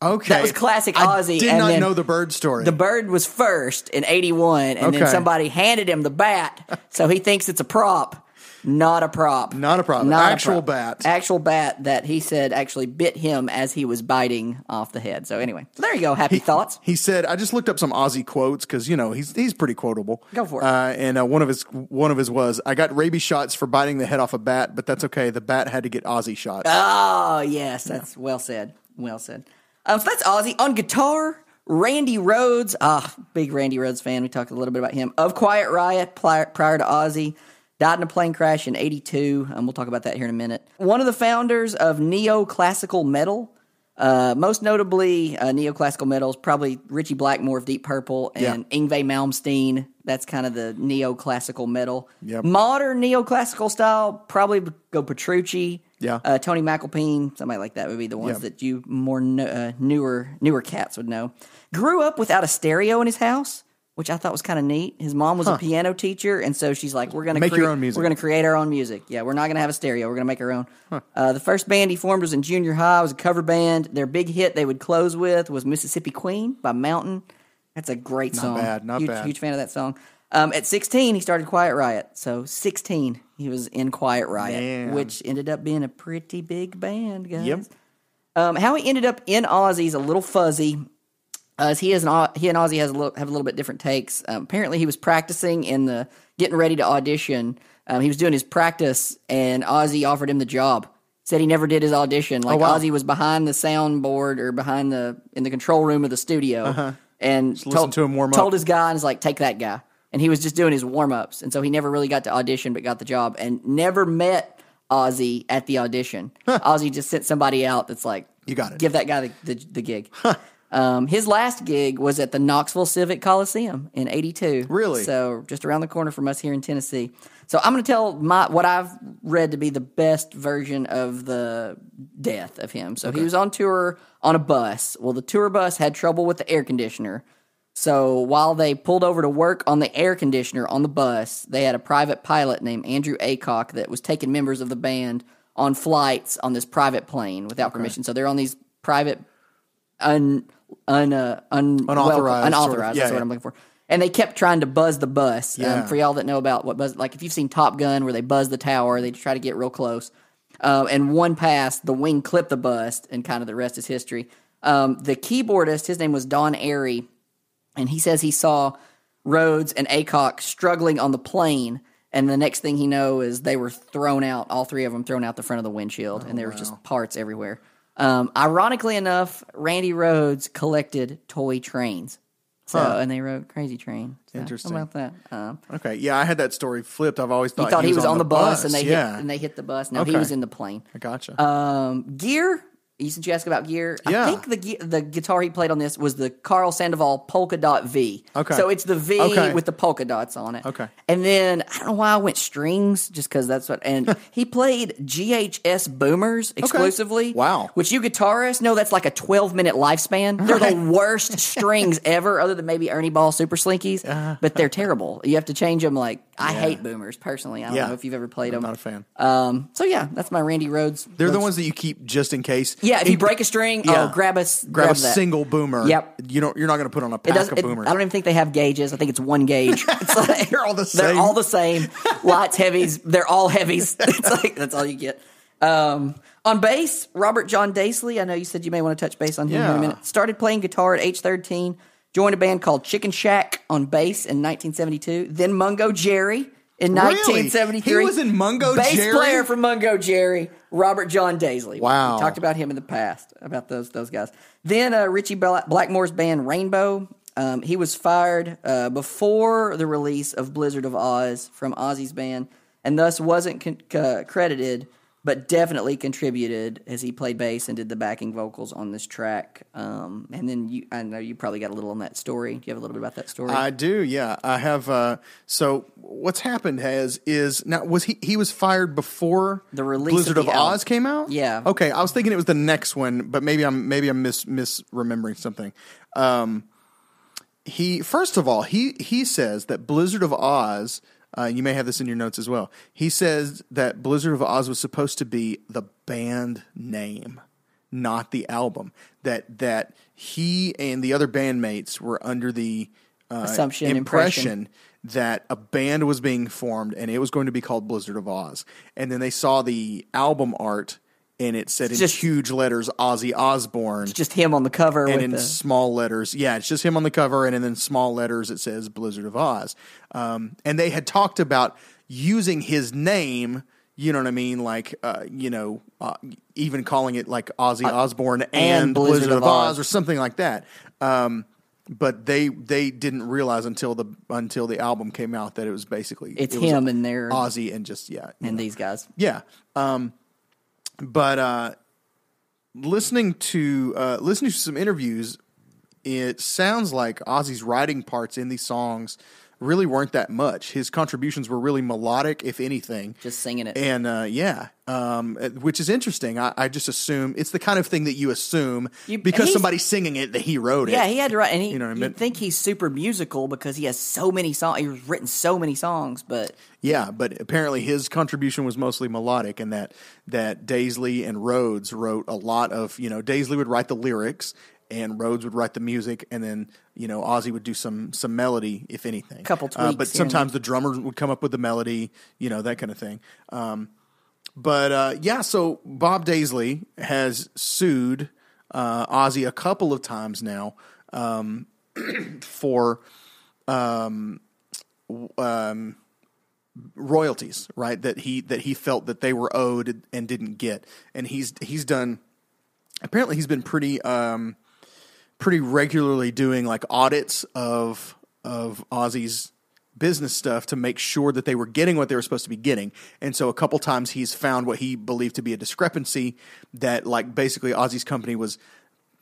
Speaker 2: Okay,
Speaker 3: was classic
Speaker 2: I
Speaker 3: Ozzy,
Speaker 2: Did
Speaker 3: and
Speaker 2: not
Speaker 3: then
Speaker 2: know the bird story.
Speaker 3: the bird was first in '81, and then
Speaker 2: Okay.
Speaker 3: somebody handed him the bat, so he thinks it's a prop, not a prop,
Speaker 2: Not a prop,
Speaker 3: Not a
Speaker 2: actual
Speaker 3: prop.
Speaker 2: bat.
Speaker 3: actual bat that he said actually bit him as he was biting off the head. So anyway, so there you go. Happy thoughts.
Speaker 2: He said, "I just looked up some Aussie quotes because you know he's he's pretty quotable."
Speaker 3: Go for it.
Speaker 2: Uh, and uh, one of his one of his was, "I got rabies shots for biting the head off a bat, but that's okay. The bat had to get Aussie shots."
Speaker 3: Oh yes, that's well said. Well said. Um, so that's Ozzy on guitar. Randy Rhodes, ah, big Randy Rhodes fan. We talked a little bit about him. Of Quiet Riot prior, prior to Ozzy, died in a plane crash in '82. Um, we'll talk about that here in a minute. One of the founders of neoclassical metal, uh, most notably uh, neoclassical metal is probably Richie Blackmore of Deep Purple and
Speaker 2: Yeah.
Speaker 3: Ingve Malmsteen. That's kind of the neoclassical metal.
Speaker 2: Yep.
Speaker 3: Modern neoclassical style probably would go Petrucci.
Speaker 2: Yeah.
Speaker 3: Uh, Tony McAlpine, somebody like that would be the ones
Speaker 2: Yeah.
Speaker 3: that you more kn- uh, newer newer cats would know. Grew up without a stereo in his house, which I thought was kind of neat. His mom was a piano teacher, and so she's like, "We're gonna
Speaker 2: Make your
Speaker 3: crea-
Speaker 2: own music.
Speaker 3: We're gonna create our own music. Yeah, we're not gonna have a stereo. We're gonna make our own." Uh, the first band he formed was in junior high. It was a cover band. Their big hit they would close with was "Mississippi Queen" by Mountain. That's a great song.
Speaker 2: bad, not
Speaker 3: huge,
Speaker 2: bad.
Speaker 3: Huge fan of that song. Um, at 16, he started Quiet Riot. So 16, he was in Quiet Riot,
Speaker 2: Man.
Speaker 3: which ended up being a pretty big band, guys.
Speaker 2: Yep.
Speaker 3: Um, how he ended up in Ozzy's a little fuzzy. As he is an, Au- he and Ozzy has a little, have a little bit different takes. Um, apparently, he was practicing in the getting ready to audition. Um, he was doing his practice, and Ozzy offered him the job. Said he never did his audition. Like
Speaker 2: Oh, wow.
Speaker 3: Ozzy was behind the soundboard or behind the in the control room of the studio, and
Speaker 2: Uh-huh. listen to him warm up.
Speaker 3: Told his guy and is like, take that guy. And he was just doing his warm ups. And so he never really got to audition, but got the job and never met Ozzy at the audition. Ozzy just sent somebody out that's like,
Speaker 2: You got it.
Speaker 3: Give that guy the, the, the gig. Um, his last gig was at the Knoxville Civic Coliseum in 82.
Speaker 2: Really?
Speaker 3: So just around the corner from us here in Tennessee. So I'm going to tell my what I've read to be the best version of the death of him. So he was on tour on a bus. Well, the tour bus had trouble with the air conditioner. So while they pulled over to work on the air conditioner on the bus, they had a private pilot named Andrew Acock that was taking members of the band on flights on this private plane without permission. So they're on these private, un un uh, un
Speaker 2: Unauthorized
Speaker 3: welcome-
Speaker 2: sort of-
Speaker 3: unauthorized.
Speaker 2: yeah,
Speaker 3: that's
Speaker 2: yeah.
Speaker 3: what I'm looking for. And they kept trying to buzz the bus.
Speaker 2: Yeah.
Speaker 3: Um, for y'all that know about what buzz, like if you've seen Top Gun, where they buzz the tower, they try to get real close. Uh, and one pass, the wing clipped the bust, and kind of the rest is history. Um, the keyboardist, his name was Don Airy, and he says he saw Rhodes and Acock struggling on the plane. And the next thing he know is they were thrown out, all three of them thrown out the front of the windshield, and there was just parts everywhere. Um, ironically enough, Randy Rhodes collected toy trains, so and they rode Crazy Train. So, how
Speaker 2: Interesting.
Speaker 3: about that. Um,
Speaker 2: Okay, yeah, I had that story flipped. I've always thought,
Speaker 3: thought he was, on, the bus, and they
Speaker 2: yeah,
Speaker 3: hit, and they hit the bus. No, he
Speaker 2: Okay.
Speaker 3: was in the plane.
Speaker 2: I gotcha.
Speaker 3: Um, gear. You- Since you asked about gear,
Speaker 2: Yeah.
Speaker 3: I think the gui- the guitar he played on this was the Carl Sandoval polka dot V.
Speaker 2: Okay.
Speaker 3: So it's the V
Speaker 2: Okay.
Speaker 3: with the polka dots on it.
Speaker 2: Okay.
Speaker 3: And then I don't know why I went strings, just because that's what.
Speaker 2: [LAUGHS]
Speaker 3: And he played GHS Boomers exclusively.
Speaker 2: Wow.
Speaker 3: Which you guitarists know that's like a twelve minute lifespan. They're the
Speaker 2: [LAUGHS]
Speaker 3: worst strings ever, other than maybe Ernie Ball Super Slinkies, but they're terrible. You have to change them. Like I hate Boomers personally. I don't
Speaker 2: Yeah.
Speaker 3: know if you've ever played
Speaker 2: I'm
Speaker 3: them.
Speaker 2: not a fan.
Speaker 3: Um. So yeah, that's my Randy Rhodes.
Speaker 2: They're the
Speaker 3: Rhodes-
Speaker 2: ones that you keep just in case.
Speaker 3: yeah, if
Speaker 2: In-
Speaker 3: you break a string,
Speaker 2: Yeah.
Speaker 3: oh, grab a s-
Speaker 2: grab,
Speaker 3: grab,
Speaker 2: a
Speaker 3: that.
Speaker 2: single boomer.
Speaker 3: Yep.
Speaker 2: You don't. You're not going to put on a
Speaker 3: It
Speaker 2: pack
Speaker 3: doesn't.
Speaker 2: of
Speaker 3: it-
Speaker 2: boomers.
Speaker 3: I don't even think they have gauges. I think it's one gauge.
Speaker 2: [LAUGHS]
Speaker 3: It's like,
Speaker 2: They're all the same.
Speaker 3: They're all the same. Lights, heavies. They're all heavies. [LAUGHS] It's like that's all you get. Um, on bass, Robert John Daisley. I know you said you may want to touch bass on him here in
Speaker 2: Yeah.
Speaker 3: a minute. Started playing guitar at age thirteen. Joined a band called Chicken Shack on bass in 1972. Then Mungo Jerry in
Speaker 2: Really?
Speaker 3: 1973.
Speaker 2: He was in Mungo
Speaker 3: bass
Speaker 2: Jerry?
Speaker 3: player for Mungo Jerry, Robert John Daisley.
Speaker 2: Wow.
Speaker 3: We talked about him in the past about those those guys. Then uh, Richie Bla- Blackmore's band Rainbow. Um, he was fired uh, before the release of Blizzard of Oz from Ozzy's band, and thus wasn't con- uh, credited, but definitely contributed as he played bass and did the backing vocals on this track. Um, and then you, I know you probably got a little on that story. Do you have a little bit about that story?
Speaker 2: I do. Yeah, I have. Uh, so what's happened has is now was he he was fired before
Speaker 3: The release of
Speaker 2: Blizzard of,
Speaker 3: the album.
Speaker 2: Oz came out.
Speaker 3: Yeah.
Speaker 2: Okay, I was thinking it was the next one, but maybe I'm maybe I'm mis misremembering something. Um, he first of all he he says that Blizzard of Oz. Uh, you may have this in your notes as well. He says that Blizzard of Oz was supposed to be the band name, not the album. That that he and the other bandmates were under the uh,
Speaker 3: Assumption,
Speaker 2: impression that a band was being formed and it was going to be called Blizzard of Oz. And then they saw the album art and it said in
Speaker 3: just-
Speaker 2: huge letters Ozzy Osbourne
Speaker 3: Just him on the cover
Speaker 2: and
Speaker 3: with
Speaker 2: in
Speaker 3: the,
Speaker 2: small letters. Yeah, it's just him on the cover, and then in small letters it says Blizzard of Oz. Um, and they had talked about using his name. You know what I mean? Like, uh, you know, uh, even calling it like Ozzy
Speaker 3: Uh,
Speaker 2: Osbourne and, Blizzard, of Oz. or something like that. Um, but they they didn't realize until the until the album came out that it was basically
Speaker 3: It's
Speaker 2: it was
Speaker 3: him and their-
Speaker 2: Ozzy and just yeah you
Speaker 3: and
Speaker 2: know.
Speaker 3: these guys.
Speaker 2: Yeah. Um, but uh, listening to uh, listening to some interviews, it sounds like Ozzy's writing parts in these songs really weren't that much. His contributions were really melodic, if anything.
Speaker 3: Just singing it.
Speaker 2: And uh, yeah, um, uh, which is interesting. I, I just assume it's the kind of thing that you assume
Speaker 3: You-
Speaker 2: because
Speaker 3: he's-
Speaker 2: somebody's singing it that he wrote
Speaker 3: Yeah,
Speaker 2: it.
Speaker 3: he had to write, and he,
Speaker 2: You
Speaker 3: you
Speaker 2: know what I mean?
Speaker 3: think he's super musical because he has so many songs. He's written so many songs, but
Speaker 2: Yeah, but apparently his contribution was mostly melodic, and that that Daisley and Rhodes wrote a lot of you know Daisley would write the lyrics and Rhodes would write the music, and then you know Ozzy would do some some melody if anything.
Speaker 3: Couple
Speaker 2: Uh, but
Speaker 3: tweaks here and
Speaker 2: sometimes the drummer would come up with the melody, you know that kind of thing. Um, but uh, yeah, so Bob Daisley has sued uh, Ozzy a couple of times now um, [CLEARS THROAT] for. royalties, right? That he that he felt that they were owed and didn't get, and he's he's done. Apparently, he's been pretty um, pretty regularly doing like audits of of Ozzy's business stuff to make sure that they were getting what they were supposed to be getting. And so a couple times he's found what he believed to be a discrepancy that like basically Ozzy's company was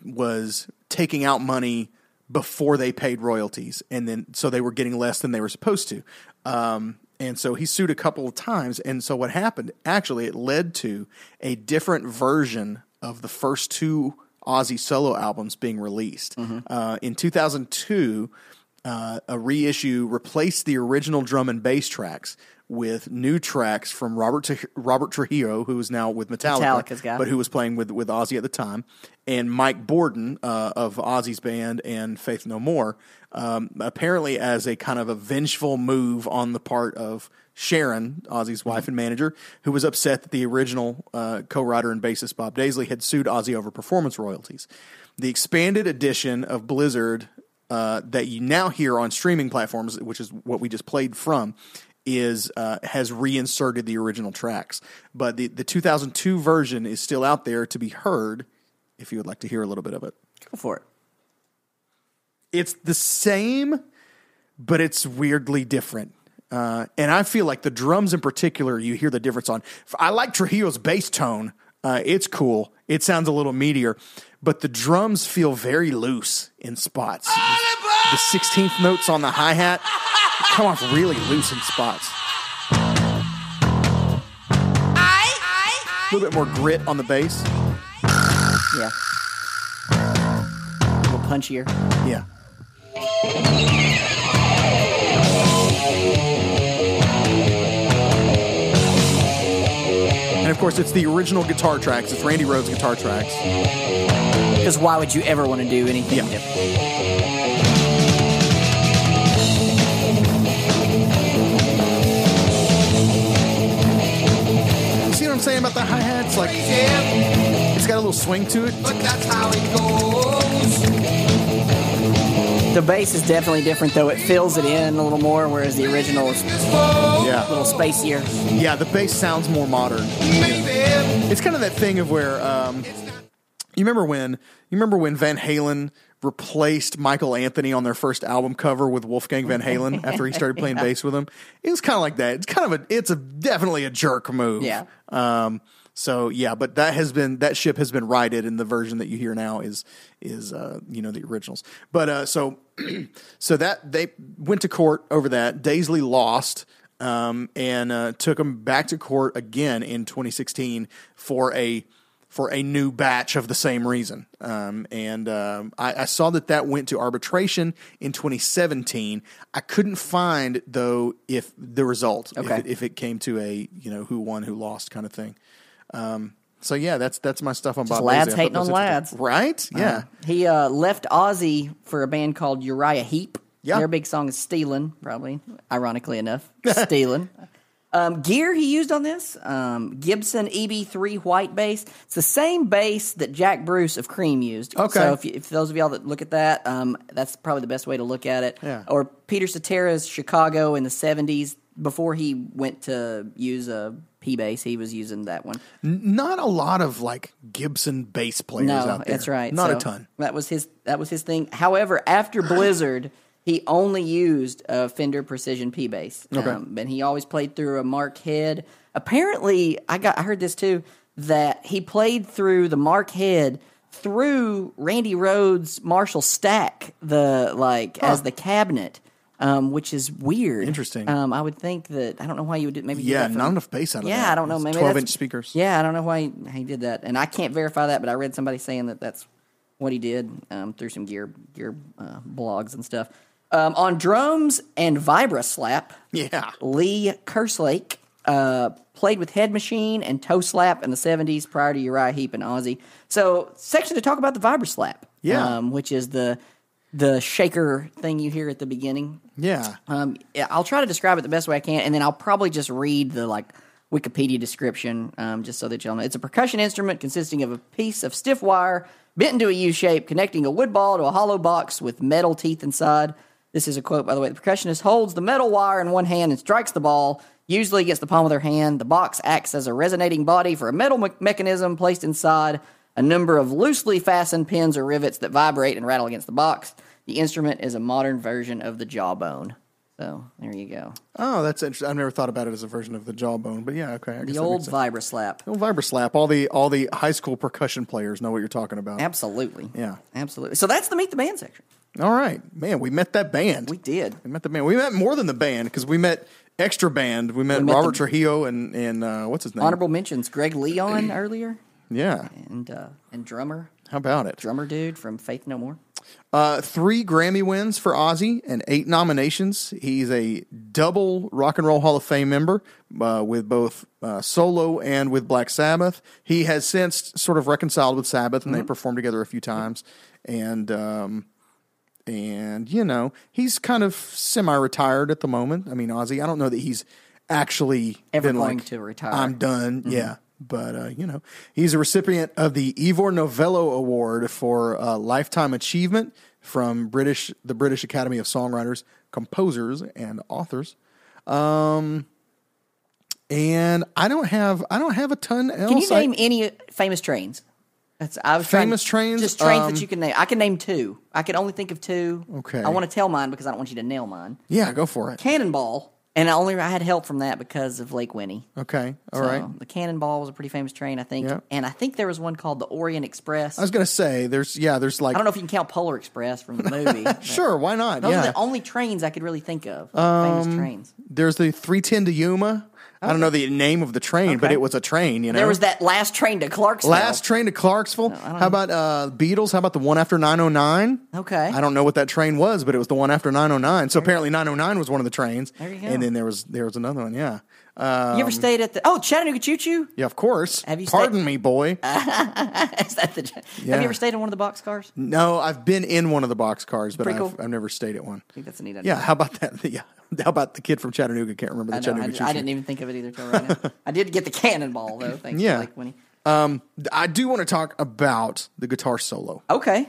Speaker 2: was taking out money before they paid royalties and then so they were getting less than they were supposed to um, and so he sued a couple of times and so what happened actually it led to a different version of the first two ozzy solo albums being released
Speaker 3: Mm-hmm.
Speaker 2: uh, in 2002 uh, a reissue replaced the original drum and bass tracks with new tracks from Robert Tre- Robert Trujillo, who is now with Metallica,
Speaker 3: Metallica's guy.
Speaker 2: but who was playing with with Ozzy at the time, and Mike Borden uh, of Ozzy's band and Faith No More, um, apparently as a kind of a vengeful move on the part of Sharon, Ozzy's wife and manager, who was upset that the original uh, co-writer and bassist Bob Daisley had sued Ozzy over performance royalties. The expanded edition of Blizzard uh, that you now hear on streaming platforms, which is what we just played from, is uh, has reinserted the original tracks. But the, the 2002 version is still out there to be heard if you would like to hear a little bit of it.
Speaker 3: Go for it.
Speaker 2: It's the same, but it's weirdly different. Uh, and I feel like the drums in particular, you hear the difference on. I like Trujillo's bass tone. Uh, it's cool. It sounds a little meatier, but the drums feel very loose in spots. The 16th notes on the hi hat come off really loose in spots. A little bit more grit on the bass.
Speaker 3: Yeah. A little punchier.
Speaker 2: Yeah. And of course, it's the original guitar tracks. It's Randy Rhoads guitar tracks.
Speaker 3: Because why would you ever want to do anything
Speaker 2: Yeah.
Speaker 3: different?
Speaker 2: See what I'm saying about the hi hats? Like,
Speaker 1: Yeah,
Speaker 2: it's got a little swing to it.
Speaker 1: but that's how it goes.
Speaker 3: The bass is definitely different, though. It fills it in a little more, whereas the original is a
Speaker 1: This fall,
Speaker 2: Yeah,
Speaker 3: little spacier.
Speaker 2: yeah. The bass sounds more modern.
Speaker 1: maybe
Speaker 2: It's kind of that thing of where um, you remember when you remember when Van Halen replaced Michael Anthony on their first album cover with Wolfgang Van Halen after he started playing bass with him. It was kind of like that. It's kind of a it's a definitely a jerk move.
Speaker 3: Yeah.
Speaker 2: Um. So yeah, but that has been that ship has been righted, and the version that you hear now is is uh you know the originals. But uh so so that they went to court over that. Daisley lost. Um, and uh, took them back to court again in 2016 for a for a new batch of the same reason. Um, and um, I, I saw that that went to arbitration in 2017. I couldn't find though if the result, if,
Speaker 3: Okay.
Speaker 2: it, if it came to a you know who won, who lost kind of thing. Um, so yeah, that's that's my stuff on Bob. Daisley.
Speaker 3: lads
Speaker 2: I thought
Speaker 3: hating
Speaker 2: that was
Speaker 3: on
Speaker 2: interesting. right? Yeah,
Speaker 3: He uh, left Ozzy for a band called Uriah Heep.
Speaker 2: Yeah.
Speaker 3: Their big song is Stealin', probably,
Speaker 2: [LAUGHS]
Speaker 3: ironically enough. Stealin'. Um, gear he used on this um, Gibson EB3 white bass. It's the same bass that Jack Bruce of Cream used.
Speaker 2: Okay.
Speaker 3: So if, you, if those of y'all that look at that, um, that's probably the best way to look at it.
Speaker 2: Yeah.
Speaker 3: Or Peter Cetera's Chicago in the 70s. Before he went to use a P bass, he was using that one.
Speaker 2: not a lot of like Gibson bass players
Speaker 3: No,
Speaker 2: out there.
Speaker 3: that's right.
Speaker 2: Not
Speaker 3: So
Speaker 2: a ton.
Speaker 3: That was his. That was his thing. However, after Blizzard, he only used a Fender Precision P bass.
Speaker 2: Okay.
Speaker 3: and he always played through a Mark Head. Apparently, I got. I heard this too that he played through the Mark Head through Randy Rhodes Marshall Stack the like as the cabinet. Um, which is weird.
Speaker 2: Interesting.
Speaker 3: Um, I would think that I don't know why you would do, maybe do
Speaker 2: Yeah,
Speaker 3: that for-
Speaker 2: not enough bass out of
Speaker 3: yeah,
Speaker 2: that.
Speaker 3: I don't know.
Speaker 2: It's
Speaker 3: Maybe
Speaker 2: 12
Speaker 3: that's-
Speaker 2: inch speakers.
Speaker 3: Yeah, I don't know why he, he did that, and I can't verify that, but I read somebody saying that that's what he did um, through some gear gear uh, blogs and stuff. Um, on drums and vibra slap,
Speaker 2: Yeah.
Speaker 3: Lee Kerslake uh, played with Head Machine and Toe Slap in the '70s prior to Uriah Heep and Ozzy. So, section to talk about the vibra slap,
Speaker 2: Yeah.
Speaker 3: um, which is the the shaker thing you hear at the beginning.
Speaker 2: Yeah.
Speaker 3: Um, yeah, I'll try to describe it the best way I can, and then I'll probably just read the like Wikipedia description, um, just so that y'all know. It's a percussion instrument consisting of a piece of stiff wire bent into a U shape, connecting a wood ball to a hollow box with metal teeth inside. This is a quote, by the way. The percussionist holds the metal wire in one hand and strikes the ball, usually against the palm of their hand. The box acts as a resonating body for a metal me- mechanism placed inside a number of loosely fastened pins or rivets that vibrate and rattle against the box. The instrument is a modern version of the jawbone. So there you go.
Speaker 2: Oh, that's interesting. I've never thought about it as a version of the jawbone, but yeah, okay. I guess
Speaker 3: The
Speaker 2: that
Speaker 3: old
Speaker 2: makes sense.
Speaker 3: vibra slap.
Speaker 2: The old vibra slap. All the all the high school percussion players know what you're talking about.
Speaker 3: Absolutely.
Speaker 2: Yeah.
Speaker 3: Absolutely. So that's the meet the band section.
Speaker 2: All right, man. We met that band.
Speaker 3: We did.
Speaker 2: We met the band. We met more than the band because we met extra band. We met,
Speaker 3: We met
Speaker 2: Robert
Speaker 3: the-
Speaker 2: Trujillo and and uh, what's his name?
Speaker 3: Honorable mentions:
Speaker 2: [CLEARS THROAT]
Speaker 3: Greg Leon earlier,
Speaker 2: Yeah.
Speaker 3: and uh, and drummer
Speaker 2: How about it?
Speaker 3: drummer dude from Faith No More.
Speaker 2: Uh, three Grammy wins for Ozzy and eight nominations. He's a double Rock and Roll Hall of Fame member uh, with both uh, solo and with Black Sabbath. He has since sort of reconciled with Sabbath, and they performed together a few times. And um, and you know he's kind of semi-retired at the moment. I mean, Ozzy. I don't know that he's actually
Speaker 3: Ever
Speaker 2: been
Speaker 3: going
Speaker 2: like,
Speaker 3: to retire. Mm-hmm.
Speaker 2: I'm done. Yeah. But uh, you know, he's a recipient of the Ivor Novello Award for uh, lifetime achievement from British the British Academy of Songwriters, Composers, and Authors. Um, and I don't have I don't have a ton else.
Speaker 3: Can you
Speaker 2: I-
Speaker 3: name any famous trains? That's I was trying-
Speaker 2: Famous trains?
Speaker 3: just trains
Speaker 2: Um,
Speaker 3: that you can name. I can name two. I can only think of two.
Speaker 2: Okay.
Speaker 3: I want to tell mine because I don't want you to nail mine.
Speaker 2: yeah, go for it.
Speaker 3: Cannonball, and I only I had help from that because of Lake Winnie.
Speaker 2: Okay, all
Speaker 3: So,
Speaker 2: right.
Speaker 3: The Cannonball was a pretty famous train, I think,
Speaker 2: Yeah.
Speaker 3: and I think there was one called the Orient Express.
Speaker 2: I was gonna say there's yeah there's like
Speaker 3: I don't know if you can count Polar Express from the
Speaker 2: [LAUGHS]
Speaker 3: movie. but
Speaker 2: sure why not
Speaker 3: Those
Speaker 2: yeah Um,
Speaker 3: are the only trains I could really think of. famous trains.
Speaker 2: there's the 310 to Yuma. I don't know the name of the train, but it was a train. You know
Speaker 3: There was that last train to Clarksville.
Speaker 2: Last train to Clarksville. How about uh, Beatles? How about the one after 909?
Speaker 3: Okay.
Speaker 2: I don't know what that train was, but it was the one after 909. So apparently 909 was one of the trains.
Speaker 3: There you go.
Speaker 2: And then there was there was another one, yeah.
Speaker 3: you
Speaker 2: um,
Speaker 3: ever stayed at the Oh Chattanooga Choo Choo? [LAUGHS]
Speaker 2: Yeah, of course.
Speaker 3: Have you
Speaker 2: Pardon
Speaker 3: stayed- Uh,
Speaker 2: me, boy.
Speaker 3: Is that the? Have
Speaker 2: Yeah.
Speaker 3: you ever stayed in one of the boxcars? I
Speaker 2: no, I've been in one of the boxcars, but
Speaker 3: Pretty
Speaker 2: I've,
Speaker 3: cool.
Speaker 2: I've never stayed at one.
Speaker 3: think that's a neat.
Speaker 2: Yeah, how about that? [LAUGHS] Yeah. How about the kid from Chattanooga? Can't remember the
Speaker 3: I, know, I,
Speaker 2: Chattanooga
Speaker 3: did-
Speaker 2: Choo
Speaker 3: I
Speaker 2: Choo.
Speaker 3: didn't even think of it either till
Speaker 2: [LAUGHS]
Speaker 3: right now. I did get the cannonball though. Thanks.
Speaker 2: Yeah.
Speaker 3: Yeah. Like when he,
Speaker 2: Um, I do want to talk about the guitar solo.
Speaker 3: okay.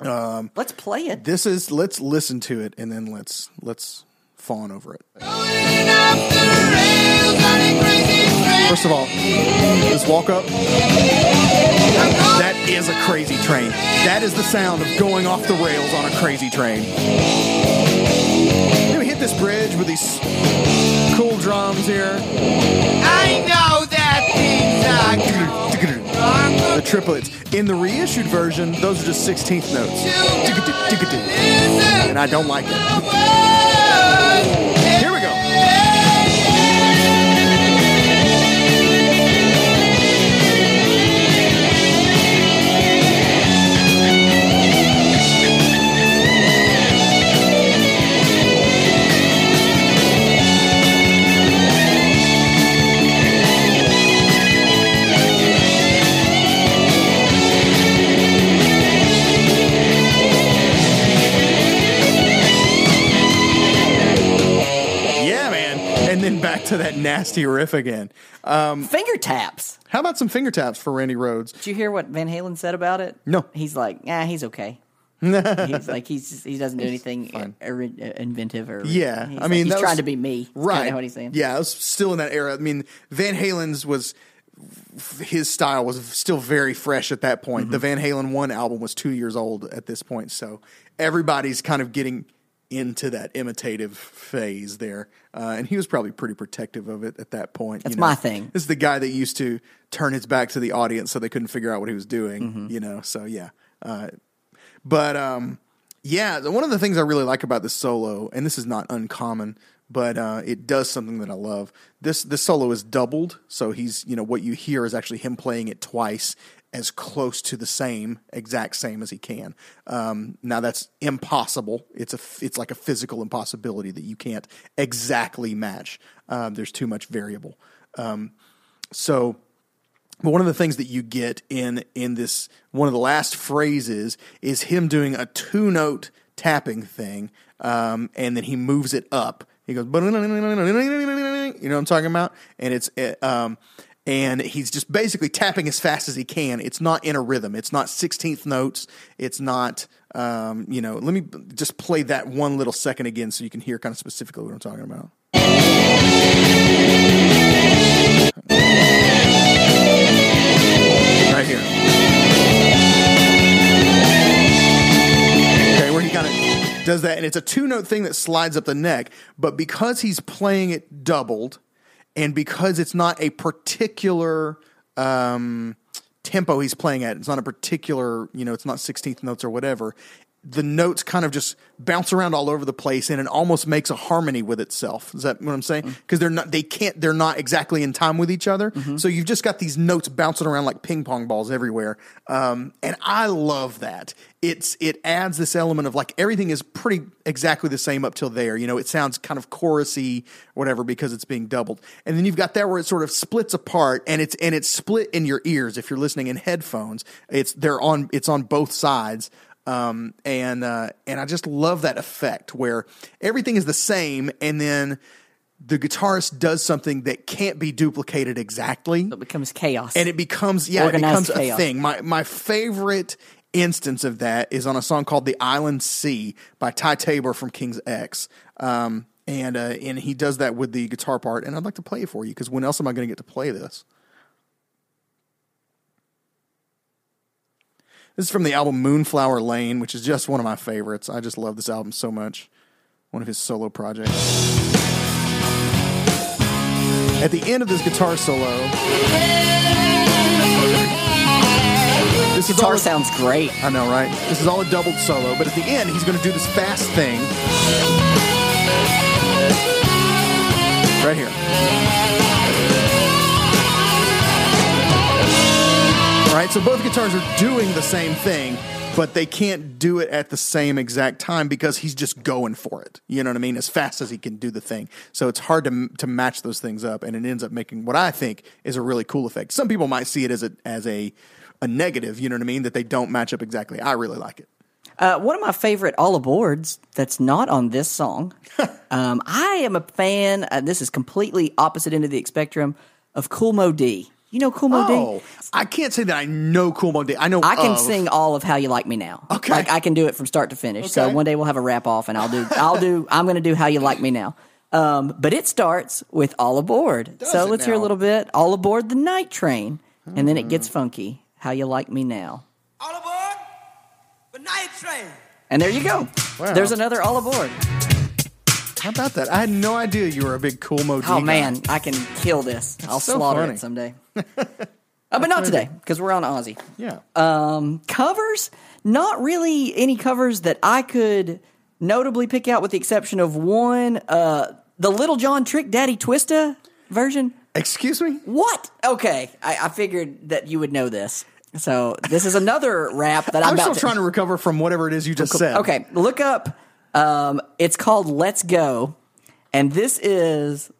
Speaker 3: Um, Let's play it.
Speaker 2: This is let's listen to it and then let's let's fawn over it.
Speaker 1: Going off the rails on a crazy train.
Speaker 2: First of all, just walk up.
Speaker 1: I'm going
Speaker 2: That is a crazy train. That is the sound of going off the rails on a crazy train. Then we hit this bridge with these cool drums here.
Speaker 1: I know that things are
Speaker 2: The triplets. In the reissued version, those are just 16th notes. And I don't like it. Here we go. Yeah, man. And then back to that nasty riff again.
Speaker 3: Finger taps.
Speaker 2: How about some finger taps for Randy Rhodes?
Speaker 3: Did you hear what Van Halen said about it?
Speaker 2: No.
Speaker 3: He's like, nah,
Speaker 2: [LAUGHS]
Speaker 3: he's okay. he's like he's just- he doesn't do anything er- inventive or
Speaker 2: Yeah,
Speaker 3: He's
Speaker 2: I
Speaker 3: like,
Speaker 2: mean,
Speaker 3: he's
Speaker 2: that was-
Speaker 3: trying to be me. That's
Speaker 2: Right.
Speaker 3: kinda what he's saying.
Speaker 2: Yeah, I was still in that era. I mean, Van Halen's was his style was still very fresh at that point. The Van Halen 1 album was 2 years old at this point, so everybody's kind of getting into that imitative phase there. Uh, and he was probably pretty protective of it at that point. That's
Speaker 3: my thing.
Speaker 2: This is the guy that used to turn his back to the audience so they couldn't figure out what he was doing,
Speaker 3: Mm-hmm.
Speaker 2: you know. So yeah. Uh, but um, yeah, the- one of the things I really like about this solo, and this is not uncommon, but uh, it does something that I love. This this solo is doubled, so he's you know what you hear is actually him playing it twice, as close to the same exact same as he can. Um, now that's impossible. It's a f- it's like a physical impossibility that you can't exactly match. Um, there's too much variable. Um, So, but one of the things that you get in in this one of the last phrases is him doing a two note tapping thing, um, and then he moves it up. He goes, you know what I'm talking about, and it's uh, um, and he's just basically tapping as fast as he can. It's not in a rhythm. It's not sixteenth notes. It's not um, you know. Let me just play that one little second again so you can hear kind of specifically what I'm talking about. right here. Okay, where he kind of does that, and it's a two note thing that slides up the neck, but because he's playing it doubled, and because it's not a particular um, tempo he's playing at, it's not a particular, you know, it's not 16th notes or whatever, the notes kind of just bounce around all over the place and it almost makes a harmony with itself. Is that what I'm saying? Because they're not they can't they're not exactly in time with each other. So you've just got these notes bouncing around like ping pong balls everywhere. Um, and I love that. It's it adds this element of like everything is pretty exactly the same up till there. You know, it sounds kind of chorusy or whatever because it's being doubled. And then you've got that where it sort of splits apart and it's and it's split in your ears if you're listening in headphones. It's they're on it's on both sides um, and uh, and I just love that effect where everything is the same, and then the guitarist does something that can't be duplicated exactly,
Speaker 3: It becomes chaos.
Speaker 2: and it becomes yeah, it
Speaker 3: Organized
Speaker 2: becomes a
Speaker 3: chaos.
Speaker 2: thing. My my favorite instance of that is on a song called "The Island Sea" by Ty Tabor from King's X. Um, and uh, and he does that with the guitar part, and I'd like to play it for you because when else am I going to get to play this? This is from the album Moonflower Lane, which is just one of my favorites. I just love this album so much. One of his solo projects. At the end of this guitar solo, this is all
Speaker 3: Guitar
Speaker 2: a-
Speaker 3: sounds great.
Speaker 2: I know, right? This is all a doubled solo, but at the end, he's going to do this fast thing. Right here. All right, so both guitars are doing the same thing, but they can't do it at the same exact time because he's just going for it. You know what I mean? As fast as he can do the thing. So it's hard to to match those things up, and it ends up making what I think is a really cool effect. Some people might see it as a as a a negative. You know what I mean? That they don't match up exactly. I really like it.
Speaker 3: Uh, one of my favorite all aboards that's not on
Speaker 2: [LAUGHS]
Speaker 3: this song. um, I am a fan. Uh, this is completely opposite end of the spectrum of Cool Mo D. You know Cool Mo D.
Speaker 2: Oh, I can't say that I know Cool Mo Day. I know oh,
Speaker 3: I can
Speaker 2: of-
Speaker 3: sing all of How You Like Me Now.
Speaker 2: Okay.
Speaker 3: Like I can do it from start to finish. So
Speaker 2: Okay.
Speaker 3: one day we'll have a wrap off and I'll do I'll do I'm gonna do How You Like Me Now. Um, but it starts with All Aboard. so
Speaker 2: it
Speaker 3: let's hear a
Speaker 2: now?
Speaker 3: little bit. All aboard the night train. And then it gets funky. How you like me now.
Speaker 4: All aboard the night train.
Speaker 3: And there you go.
Speaker 2: Wow.
Speaker 3: There's another all aboard.
Speaker 2: How about that? I had no idea you were a big Cool Mo Day.
Speaker 3: Oh
Speaker 2: guy.
Speaker 3: man, I can kill this. I'll
Speaker 2: so
Speaker 3: slaughter
Speaker 2: funny. [LAUGHS]
Speaker 3: it someday. Uh, but not today, because we're on Aussie.
Speaker 2: Yeah.
Speaker 3: Uh, covers not really any covers that i could notably pick out with the exception of one uh the little john trick daddy twista version
Speaker 2: Excuse me.
Speaker 3: what okay i, I figured that you would know this so this is another rap that
Speaker 2: [LAUGHS]
Speaker 3: i'm,
Speaker 2: I'm
Speaker 3: about
Speaker 2: still
Speaker 3: to,
Speaker 2: trying to recover from whatever it is you just said.
Speaker 3: [LAUGHS] okay look up um it's called let's go and this is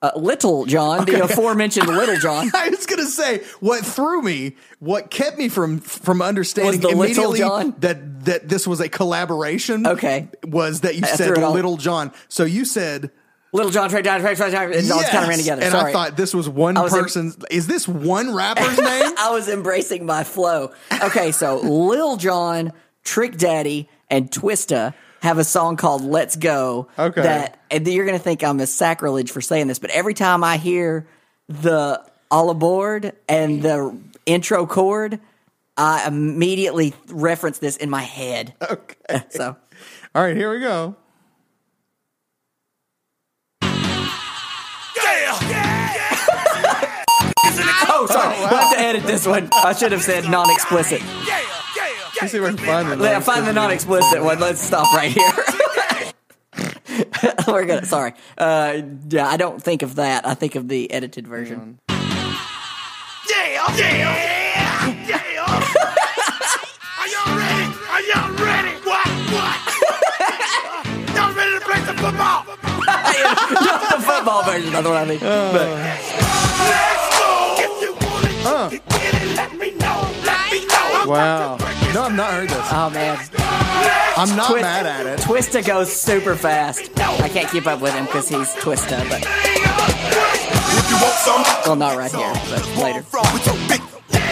Speaker 3: uh, little john the aforementioned little
Speaker 2: [LAUGHS]
Speaker 3: john
Speaker 2: I was gonna say what threw me, what kept me from from understanding
Speaker 3: Was the Little
Speaker 2: immediately
Speaker 3: John?
Speaker 2: that that this was a collaboration.
Speaker 3: Okay.
Speaker 2: was that you
Speaker 3: I
Speaker 2: said
Speaker 3: threw it all-
Speaker 2: Little John? So you said
Speaker 3: little john trick daddy Trick, Trick, Trick, it all kind
Speaker 2: yes,
Speaker 3: of ran together
Speaker 2: and
Speaker 3: Sorry.
Speaker 2: I thought this was one
Speaker 3: was in-
Speaker 2: person's. is this one
Speaker 3: [LAUGHS]
Speaker 2: rapper's name?
Speaker 3: I was embracing my flow. Okay, so Lil Jon, Trick Daddy, and Twista have a song called "Let's Go."
Speaker 2: Okay.
Speaker 3: that and you're gonna think I'm a sacrilege for saying this, but every time I hear the "All Aboard" and the intro chord, I immediately reference this in my head.
Speaker 2: Okay,
Speaker 3: So
Speaker 2: all right, here we go.
Speaker 3: oh, sorry, we'll have to edit this one. I should have said non-explicit.
Speaker 2: Let's see if I can find the
Speaker 3: Yeah,
Speaker 2: lyrics.
Speaker 3: find the non-explicit one. Let's stop right here. [LAUGHS] We're gonna. Sorry. Uh, yeah, I don't think of that. I think of the edited version.
Speaker 1: Are y'all ready? Are y'all ready? What? What? y'all ready to play some football?
Speaker 2: Mm.
Speaker 3: Not [LAUGHS] the football version. That's what I think.
Speaker 2: Uh.
Speaker 1: Let's go! If you want it, you can get it. Let me know. Let me know.
Speaker 2: Wow, no, I've not heard this.
Speaker 3: oh man,
Speaker 2: I'm not
Speaker 3: Twist-
Speaker 2: mad at it.
Speaker 3: Twista goes super fast. I can't keep up with him because he's Twista. But
Speaker 5: If you want some,
Speaker 3: well, not right here, but later.
Speaker 5: frog with your big.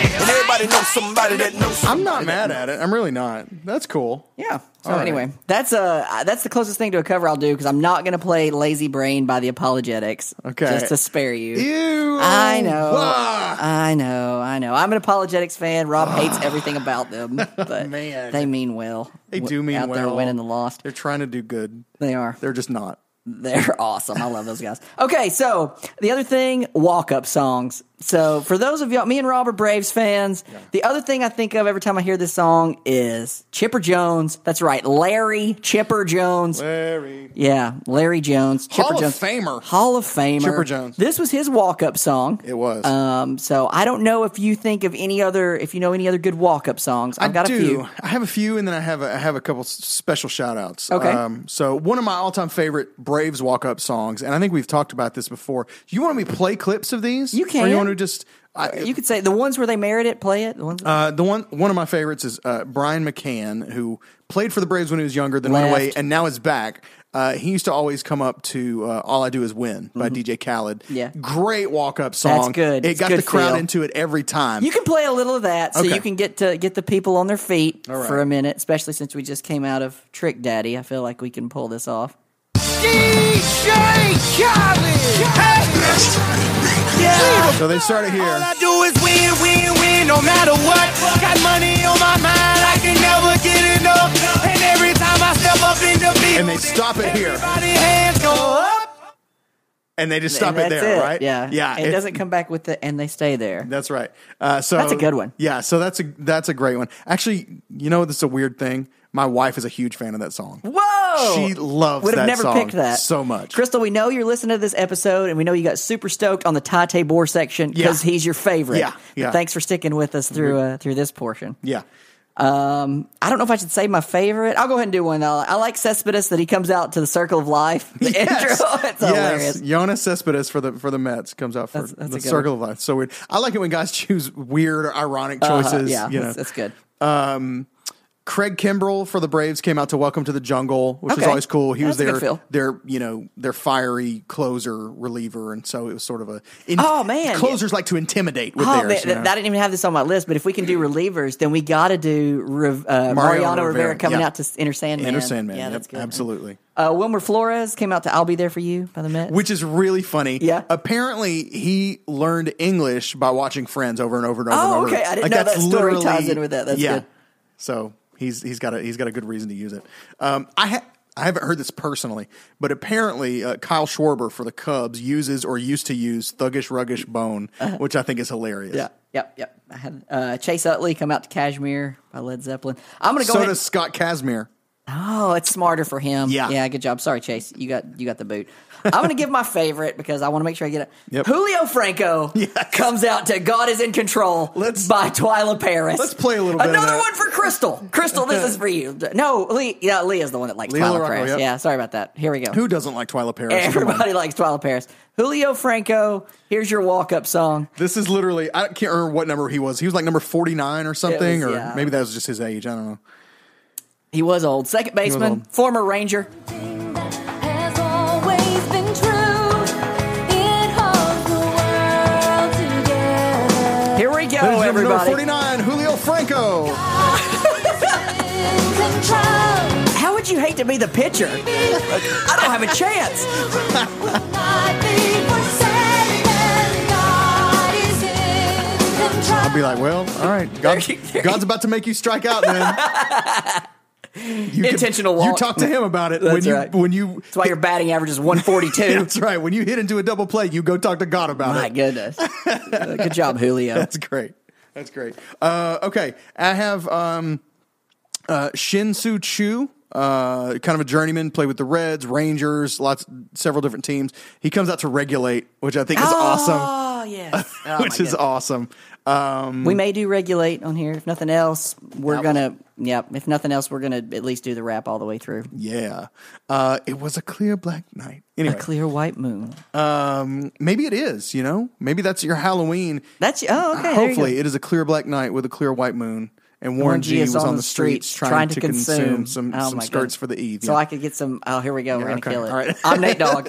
Speaker 5: And everybody knows somebody that knows.
Speaker 2: I'm not mad at it. I'm really not. That's cool.
Speaker 3: Yeah. So
Speaker 2: All right.
Speaker 3: anyway, that's uh that's the closest thing to a cover I'll do because I'm not gonna play "Lazy Brain" by the Apologetics.
Speaker 2: Okay.
Speaker 3: Just to spare you.
Speaker 2: Ew.
Speaker 3: I know.
Speaker 2: Wah.
Speaker 3: I know. I know. I'm an apologetics fan.
Speaker 2: [SIGHS]
Speaker 3: Rob hates everything about them, but
Speaker 2: Man.
Speaker 3: they mean well.
Speaker 2: They
Speaker 3: W-
Speaker 2: do mean
Speaker 3: out
Speaker 2: well.
Speaker 3: there winning the lost.
Speaker 2: They're trying to do good.
Speaker 3: They are.
Speaker 2: They're just not.
Speaker 3: [LAUGHS] They're awesome. I love those guys. Okay, so the other thing, walk up songs. So for those of y'all, me and Rob are Braves fans. The other thing I think of every time I hear this song is Chipper Jones. That's right, Larry Chipper Jones.
Speaker 2: Larry.
Speaker 3: Yeah, Larry Jones, Chipper
Speaker 2: Hall of
Speaker 3: Jones,
Speaker 2: Famer.
Speaker 3: Hall of Famer,
Speaker 2: Chipper Jones.
Speaker 3: This was his walk-up song.
Speaker 2: It was.
Speaker 3: Um, so I don't know if you think of any other, if you know any other good walk-up songs. I've got
Speaker 2: do.
Speaker 3: a few.
Speaker 2: I have a few, and then I have a, I have a couple s- special shout outs.
Speaker 3: Okay.
Speaker 2: so one of my all time favorite Braves walk up songs, and I think we've talked about this before. Do you want me to play clips of these?
Speaker 3: You
Speaker 2: Or you
Speaker 3: can. Uh,
Speaker 2: want to just I,
Speaker 3: You could say the ones where they merit it, play it. The ones
Speaker 2: Uh, the one one of my favorites is uh, Brian McCann, who played for the Braves when he was younger, then went
Speaker 3: Left.
Speaker 2: away, and now is back. Uh, he used to always come up to uh, "All I Do Is Win" by DJ Khaled.
Speaker 3: Mm-hmm. Yeah.
Speaker 2: great walk up song.
Speaker 3: good.
Speaker 2: It
Speaker 3: It's
Speaker 2: got
Speaker 3: good
Speaker 2: the crowd
Speaker 3: feel.
Speaker 2: into it every time.
Speaker 3: You can play a little of that, so
Speaker 2: Okay.
Speaker 3: you can get to get the people on their feet
Speaker 2: right.
Speaker 3: for a minute. Especially since we just came out of Trick Daddy, I feel like we can pull this off.
Speaker 1: DJ
Speaker 2: so they started here.
Speaker 3: [LAUGHS]
Speaker 1: All I do is win, win, win, no matter what. Got money on my mind, I can never get enough. And every time I step up in the field,
Speaker 2: And they stop it here.
Speaker 1: Everybody hands go up.
Speaker 2: and they just stop
Speaker 3: And
Speaker 2: it
Speaker 3: that's
Speaker 2: there, right?
Speaker 3: Yeah,
Speaker 2: yeah.
Speaker 3: It, doesn't come back with the and they stay there.
Speaker 2: That's right. Uh, so
Speaker 3: That's a good one.
Speaker 2: Yeah, so that's a that's a great one. Actually, you know, this is a weird thing. My wife is a huge fan of that song.
Speaker 3: Whoa!
Speaker 2: She loves
Speaker 3: Would have
Speaker 2: that
Speaker 3: never
Speaker 2: song
Speaker 3: picked that
Speaker 2: so much.
Speaker 3: Crystal, we know you're listening to this episode, and we know you got super stoked on the Tate Boar section because
Speaker 2: Yeah.
Speaker 3: he's your favorite.
Speaker 2: Yeah, yeah. Mm-hmm.
Speaker 3: Thanks for sticking with us through uh, through this portion.
Speaker 2: Yeah.
Speaker 3: Um, I don't know if I should say my favorite. I'll go ahead and do one. I, I like Cespedes that he comes out to the Circle of Life.
Speaker 2: [LAUGHS]
Speaker 3: The intro. [LAUGHS] It's hilarious.
Speaker 2: Jonas Cespedes for the for the Mets comes out for
Speaker 3: That's- that's a
Speaker 2: the
Speaker 3: good
Speaker 2: Circle of Life. So weird. I like it when guys [LAUGHS] choose weird or ironic
Speaker 3: Uh-huh,
Speaker 2: choices.
Speaker 3: yeah,
Speaker 2: you know.
Speaker 3: that's, that's good.
Speaker 2: Craig Kimbrell for the Braves came out to Welcome to the Jungle, which was
Speaker 3: Okay.
Speaker 2: always cool. He was
Speaker 3: That's a good
Speaker 2: their
Speaker 3: feel.
Speaker 2: their you know their fiery closer reliever, and so it was sort of a in-
Speaker 3: Oh, man.
Speaker 2: closers like to intimidate with
Speaker 3: Oh,
Speaker 2: theirs.
Speaker 3: man,
Speaker 2: you know?
Speaker 3: I didn't even have this on my list, but if we can do relievers, then we got to do Rev- uh, Mariano, Rivera,
Speaker 2: Rivera,
Speaker 3: coming
Speaker 2: yeah.
Speaker 3: out to Inner Sandman.
Speaker 2: Inner Sandman,
Speaker 3: Yeah,
Speaker 2: yep,
Speaker 3: that's good.
Speaker 2: absolutely.
Speaker 3: Uh, Wilmer Flores came out to I'll Be There For You by the Mets.
Speaker 2: Which is really funny.
Speaker 3: Yeah.
Speaker 2: Apparently, he learned English by watching Friends over and over and over. and
Speaker 3: Oh,
Speaker 2: over.
Speaker 3: okay. I didn't know
Speaker 2: that's
Speaker 3: that story
Speaker 2: literally-
Speaker 3: ties in with that. That's
Speaker 2: yeah.
Speaker 3: good.
Speaker 2: So he's he's got a he's got a good reason to use it. Um, I ha- I haven't heard this personally, but apparently uh, Kyle Schwarber for the Cubs uses or used to use "thuggish ruggish bone," which I think is hilarious.
Speaker 3: Uh-huh. Yeah, yep, yep. I had uh, Chase Utley come out to Kashmir by Led Zeppelin. I'm going to go
Speaker 2: So
Speaker 3: ahead.
Speaker 2: does Scott Kazmir.
Speaker 3: Oh, it's smarter for him.
Speaker 2: Yeah.
Speaker 3: yeah. Good job. Sorry, Chase. You got you got the boot. I'm going to give my favorite because I want to make sure I get it.
Speaker 2: Yep.
Speaker 3: Julio Franco comes out to "God Is in Control"
Speaker 2: Let's-
Speaker 3: by Twyla Paris.
Speaker 2: let's play a little bit of
Speaker 3: Another
Speaker 2: that.
Speaker 3: one for Crystal. Crystal, this is for you. No, Lee. Yeah, Lee is the one that likes
Speaker 2: Lee
Speaker 3: Twyla
Speaker 2: LaRocco,
Speaker 3: Paris.
Speaker 2: yep.
Speaker 3: Yeah. Sorry about that. Here we go.
Speaker 2: Who doesn't like Twyla Paris? Come on.
Speaker 3: Everybody likes Twyla Paris. Julio Franco. Here's your walk-up song.
Speaker 2: This is literally I can't remember what number he was. He was like number forty nine or something, or
Speaker 3: yeah.
Speaker 2: maybe that was just his age. I don't know.
Speaker 3: He was old. Second baseman,
Speaker 2: old.
Speaker 3: former Ranger.
Speaker 6: Has always been true. It holds the world together.
Speaker 3: Here we go,
Speaker 2: Ladies and gentlemen, number
Speaker 3: everybody.
Speaker 2: forty nine, Julio Franco.
Speaker 6: In control.
Speaker 3: How would you hate to be the pitcher? I don't have a chance.
Speaker 2: [LAUGHS]
Speaker 6: Not be forsaken. God is in control.
Speaker 2: I'd be like, well, all
Speaker 3: [LAUGHS]
Speaker 2: right, God, God's about to make you strike out, man.
Speaker 3: [LAUGHS]
Speaker 2: You can-
Speaker 3: Intentional walk.
Speaker 2: You talk to him about it when
Speaker 3: That's
Speaker 2: you
Speaker 3: right.
Speaker 2: when you.
Speaker 3: That's why
Speaker 2: [LAUGHS]
Speaker 3: your batting average is 142.
Speaker 2: That's right. When you hit into a double play, you go talk to God about
Speaker 3: Oh, My
Speaker 2: it. [LAUGHS]
Speaker 3: goodness. Uh, Good job, Julio.
Speaker 2: That's great. That's great. Uh, okay, I have um, uh, Shin Soo Chu, uh, kind of a journeyman, played with the Reds, Rangers, lots, several different teams. He comes out to regulate, which I think is awesome.
Speaker 3: Oh, yes.
Speaker 2: [LAUGHS]
Speaker 3: Oh, my
Speaker 2: which is
Speaker 3: goodness.
Speaker 2: awesome. Um,
Speaker 3: We may do regulate on here. If nothing else, we're going to, yeah, if nothing else, we're going to at least do the wrap all the way through.
Speaker 2: yeah, uh, it was a clear black night. Anyway, um,
Speaker 3: A clear white moon.
Speaker 2: maybe it is. You know, maybe that's your Halloween.
Speaker 3: That's, oh, okay. there you
Speaker 2: Hopefully,
Speaker 3: go.
Speaker 2: it is a clear black night with a clear white moon. And Warren G, was on the streets, trying, to, consume, some,
Speaker 3: Oh,
Speaker 2: some
Speaker 3: my
Speaker 2: skirts
Speaker 3: goodness.
Speaker 2: for the eve.
Speaker 3: So
Speaker 2: Yeah.
Speaker 3: I could get some. Oh, here we go. We're going to
Speaker 2: okay.
Speaker 3: kill it.
Speaker 2: All right.
Speaker 3: I'm Nate Dogg.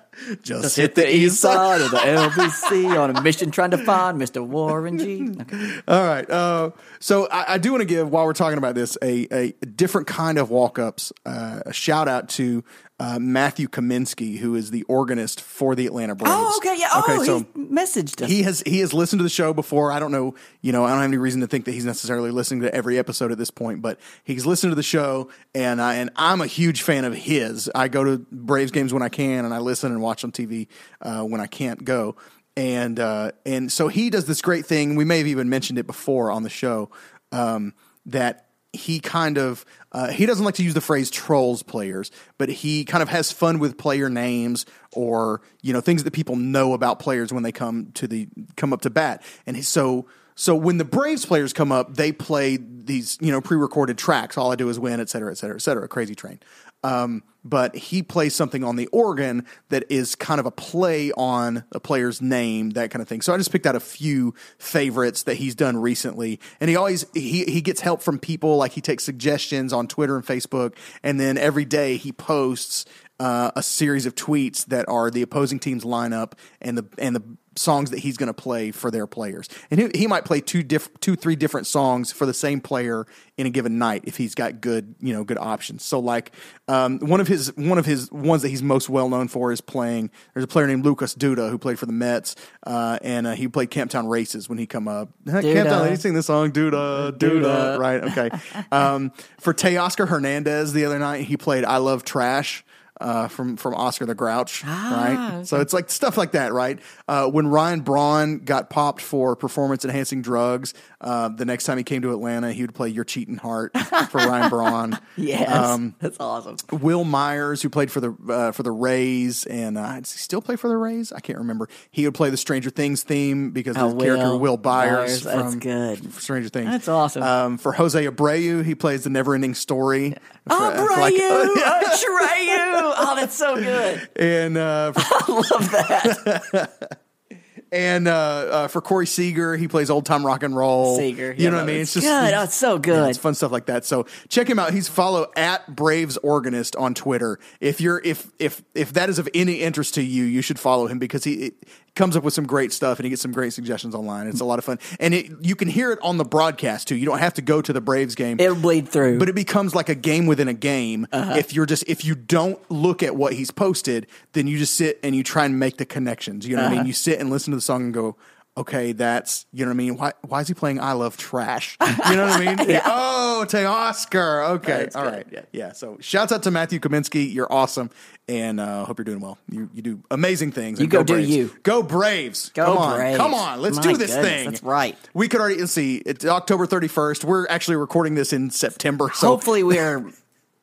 Speaker 2: [LAUGHS] just
Speaker 3: Let's hit the east side of the LBC on a mission trying to find Mr. Warren G.
Speaker 2: [LAUGHS]
Speaker 3: Okay.
Speaker 2: All right. Uh, so I, I do want to give, while we're talking about this, a, a different kind of walk ups. Uh, a shout out to uh, Matthew Kaminsky, who is the organist for the Atlanta Braves.
Speaker 3: Oh, okay. Yeah. Oh,
Speaker 2: Okay, so
Speaker 3: he messaged us.
Speaker 2: he has he has listened to the show before. I don't know, you know, I don't have any reason to think that he's necessarily listening to every episode at this point, but he's listened to the show, and I, and I'm a huge fan of his. I go to Braves games when I can, and I listen and watch on TV uh, when I can't go. and uh, and so he does this great thing. We may have even mentioned it before on the show um, that he kind of uh, he doesn't like to use the phrase trolls players, but he kind of has fun with player names or you know things that people know about players when they come to the come up to bat. And he- so so when the Braves players come up, they play these you know pre-recorded tracks. All I do is win, et cetera, et cetera, et cetera. Crazy Train. Um, but he plays something on the organ that is kind of a play on a player's name, that kind of thing. So I just picked out a few favorites that he's done recently, and he always he he gets help from people. Like he takes suggestions on Twitter and Facebook, and then every day he posts uh, a series of tweets that are the opposing team's lineup and the and the songs that he's going to play for their players. And he, he might play two diff, two three different songs for the same player in a given night if he's got good you know good options. So like um, one of his one of his ones that he's most well known for is playing. There's a player named Lucas Duda who played for the Mets uh, and uh, he played Camptown Races when he come up. Camptown, he sing this song Duda Duda, right? Okay. um, for Teoscar Hernandez the other night he played I Love Trash uh, from from Oscar the Grouch, right? So it's like stuff like that, right? Uh, when Ryan Braun got popped for performance enhancing drugs, uh, the next time he came to Atlanta, he would play "Your Cheating Heart" for Ryan Braun. Um,
Speaker 3: Yes, that's awesome.
Speaker 2: Will Myers, who played for the uh, for the Rays, and uh, does he still play for the Rays? I can't remember. He would play the Stranger Things theme because
Speaker 3: Oh,
Speaker 2: the character
Speaker 3: Will
Speaker 2: Will Byers,
Speaker 3: Byers,
Speaker 2: from
Speaker 3: that's good.
Speaker 2: f- Stranger Things.
Speaker 3: That's awesome.
Speaker 2: Um, for Jose Abreu, he plays the Never Ending Story. For- uh,
Speaker 3: Abreu, [LAUGHS]
Speaker 2: for like-
Speaker 3: Atreyu. Oh, that's so good.
Speaker 2: and
Speaker 3: [LAUGHS]
Speaker 2: uh, I love that. [LAUGHS] and uh, uh, for Corey Seager, he plays old time rock and roll.
Speaker 3: Seager,
Speaker 2: you
Speaker 3: yeah,
Speaker 2: know what I
Speaker 3: no,
Speaker 2: mean?
Speaker 3: it's good. Oh, it's so good.
Speaker 2: it's fun stuff like that. So check him out. He's follow at Braves Organist on Twitter. If you're if if if that is of any interest to you, you should follow him because he. It, Comes up with some great stuff and he gets some great suggestions online. It's a lot of fun. And it, you can hear it on the broadcast too. You don't have to go to the Braves game
Speaker 3: It'll bleed through.
Speaker 2: but it becomes like a game within a game
Speaker 3: Uh-huh.
Speaker 2: if you're just if you don't look at what he's posted then you just sit and you try and make the connections you know
Speaker 3: Uh-huh.
Speaker 2: what i mean you sit and listen to the song and go okay that's you know what i mean why, why is he playing i love
Speaker 3: [LAUGHS]
Speaker 2: trash you know what i mean [LAUGHS] oh to oscar okay all right yeah. so shouts out to matthew kaminsky you're awesome and uh hope you're doing well you you do amazing things and
Speaker 3: go do
Speaker 2: Braves.
Speaker 3: you.
Speaker 2: go braves
Speaker 3: Go
Speaker 2: come on
Speaker 3: Braves.
Speaker 2: come on let's
Speaker 3: My
Speaker 2: do this
Speaker 3: goodness,
Speaker 2: thing
Speaker 3: that's right.
Speaker 2: we could already let's see. It's October 31st. We're actually recording this in September. So
Speaker 3: Hopefully, we're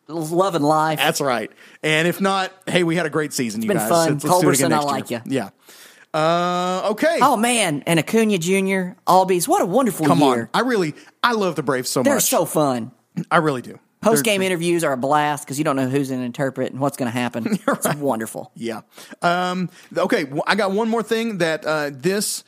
Speaker 3: loving life.
Speaker 2: that's right. And if not, hey, we had a great season. you
Speaker 3: been
Speaker 2: guys.
Speaker 3: fun.
Speaker 2: Let's, let's do it again
Speaker 3: Culberson, I
Speaker 2: next
Speaker 3: like
Speaker 2: year.
Speaker 3: ya.
Speaker 2: Yeah. Uh, okay.
Speaker 3: Oh man, and Acuna Jr., Albies, what a wonderful
Speaker 2: Come
Speaker 3: year.
Speaker 2: on. I really, I love the Braves so
Speaker 3: They're
Speaker 2: much.
Speaker 3: so fun.
Speaker 2: I really do.
Speaker 3: Post
Speaker 2: They're-
Speaker 3: game interviews are a blast because you don't know who's going to interpret and what's going
Speaker 2: [LAUGHS]
Speaker 3: to happen. It's wonderful.
Speaker 2: Yeah. Um, okay. w- I got one more thing that uh, this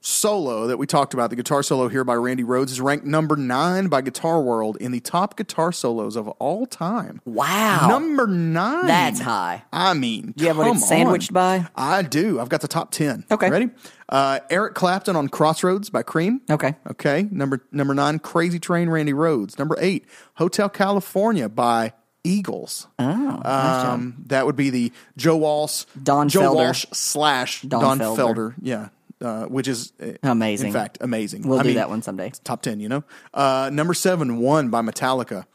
Speaker 2: solo that we talked about, the guitar solo here by Randy Rhodes, is ranked number nine by Guitar World in the top guitar solos of all time.
Speaker 3: Wow.
Speaker 2: Number nine.
Speaker 3: That's high.
Speaker 2: I mean,
Speaker 3: you have what
Speaker 2: come
Speaker 3: it's sandwiched
Speaker 2: on.
Speaker 3: by?
Speaker 2: I do. I've got the top ten.
Speaker 3: Okay.
Speaker 2: ready? Uh, Eric Clapton on Crossroads by Cream.
Speaker 3: Okay.
Speaker 2: okay. Number number nine, Crazy Train, Randy Rhodes. Number eight, Hotel California by Eagles. Oh, um, that would be the Joe Walsh,
Speaker 3: Don
Speaker 2: Joe
Speaker 3: Felder.
Speaker 2: Walsh slash Don,
Speaker 3: Don
Speaker 2: Felder.
Speaker 3: Felder.
Speaker 2: Yeah, uh, which is uh,
Speaker 3: Amazing.
Speaker 2: In fact, amazing.
Speaker 3: We'll do that one someday.
Speaker 2: it's Top ten, you know. Uh, number seven, one by Metallica.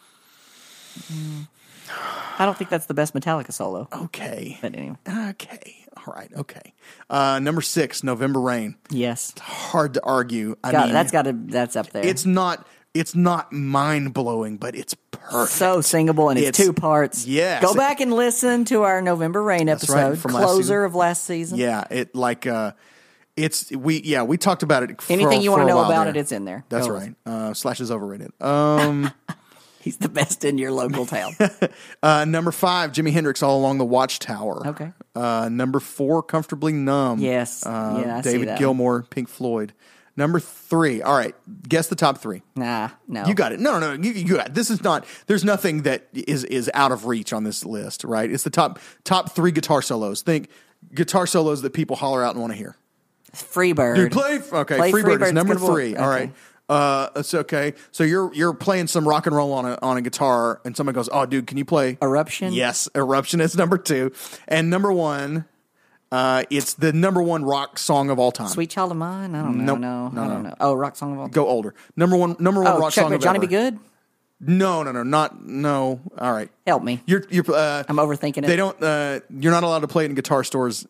Speaker 3: I don't think that's the best Metallica solo.
Speaker 2: Okay.
Speaker 3: But anyway.
Speaker 2: Okay. All right. Okay. Uh, number six, November Rain.
Speaker 3: Yes.
Speaker 2: Hard to argue. I
Speaker 3: Got,
Speaker 2: mean,
Speaker 3: that's got to, that's up there.
Speaker 2: It's not. It's not mind blowing, but it's perfect.
Speaker 3: so singable and it's,
Speaker 2: It's-
Speaker 3: two parts.
Speaker 2: yes.
Speaker 3: Go back and listen to our November Rain episode,
Speaker 2: right, from last
Speaker 3: closer
Speaker 2: season.
Speaker 3: of last season.
Speaker 2: yeah, it like uh, it's we yeah we talked about it. For,
Speaker 3: Anything you
Speaker 2: want to
Speaker 3: know about it, it's in there.
Speaker 2: That's
Speaker 3: Go
Speaker 2: right.
Speaker 3: listen.
Speaker 2: Uh, Slash is overrated. Um,
Speaker 3: He's the best in your
Speaker 2: [LAUGHS]
Speaker 3: local town.
Speaker 2: uh, number five, Jimi Hendrix, all along the Watchtower.
Speaker 3: Okay.
Speaker 2: Uh, number four, comfortably numb.
Speaker 3: Yes.
Speaker 2: Uh,
Speaker 3: Yeah, I see
Speaker 2: David
Speaker 3: that
Speaker 2: Gilmour, Pink Floyd. Number three. All right, guess the top three.
Speaker 3: nah, no.
Speaker 2: You got it. No, no, no. You, you got it. This is not. There's nothing that is is out of reach on this list, right? It's the top top three guitar solos. Think guitar solos that people holler out and want to hear.
Speaker 3: Freebird.
Speaker 2: You play okay.
Speaker 3: Play
Speaker 2: Freebird is
Speaker 3: Freebird's
Speaker 2: number
Speaker 3: good one.
Speaker 2: three. All right.
Speaker 3: Okay.
Speaker 2: Uh, it's okay. So you're you're playing some rock and roll on a on a guitar, and someone goes, "Oh, dude, can you play
Speaker 3: Eruption?
Speaker 2: Yes, eruption is number two, and number one, uh, it's the number one rock song of all time.
Speaker 3: Sweet Child of Mine? I don't know.
Speaker 2: Nope.
Speaker 3: No,
Speaker 2: No,
Speaker 3: I
Speaker 2: no.
Speaker 3: don't know. Oh, Rock Song of All
Speaker 2: Go older. Number one, number one
Speaker 3: Oh,
Speaker 2: rock
Speaker 3: Chuck
Speaker 2: song
Speaker 3: Berry-
Speaker 2: of
Speaker 3: Johnny
Speaker 2: ever.
Speaker 3: Be Good?
Speaker 2: No, no, no, not no. All right,
Speaker 3: Help me.
Speaker 2: You're you're. Uh,
Speaker 3: I'm overthinking it.
Speaker 2: They don't. Uh, you're not allowed to play it in guitar stores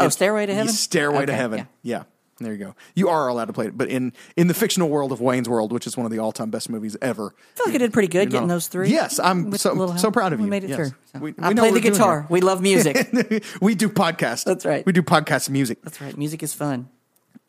Speaker 3: Oh, Stairway to Heaven?
Speaker 2: Stairway to
Speaker 3: Okay,
Speaker 2: Heaven. Yeah. There you go. You are allowed to play it, but in in the fictional world of Wayne's World, which is one of the all time best movies ever,
Speaker 3: I feel like I did pretty good
Speaker 2: You're
Speaker 3: getting
Speaker 2: not-
Speaker 3: those three.
Speaker 2: Yes, I'm
Speaker 3: With
Speaker 2: so-
Speaker 3: a little
Speaker 2: so
Speaker 3: help.
Speaker 2: proud of
Speaker 3: we
Speaker 2: you.
Speaker 3: made it
Speaker 2: Yes.
Speaker 3: through. So.
Speaker 2: We-
Speaker 3: I
Speaker 2: we know
Speaker 3: play
Speaker 2: what we're
Speaker 3: the
Speaker 2: doing
Speaker 3: guitar.
Speaker 2: here.
Speaker 3: We
Speaker 2: [LAUGHS]
Speaker 3: love music.
Speaker 2: we do podcasts.
Speaker 3: That's right.
Speaker 2: We do podcast music.
Speaker 3: That's right. Music is fun.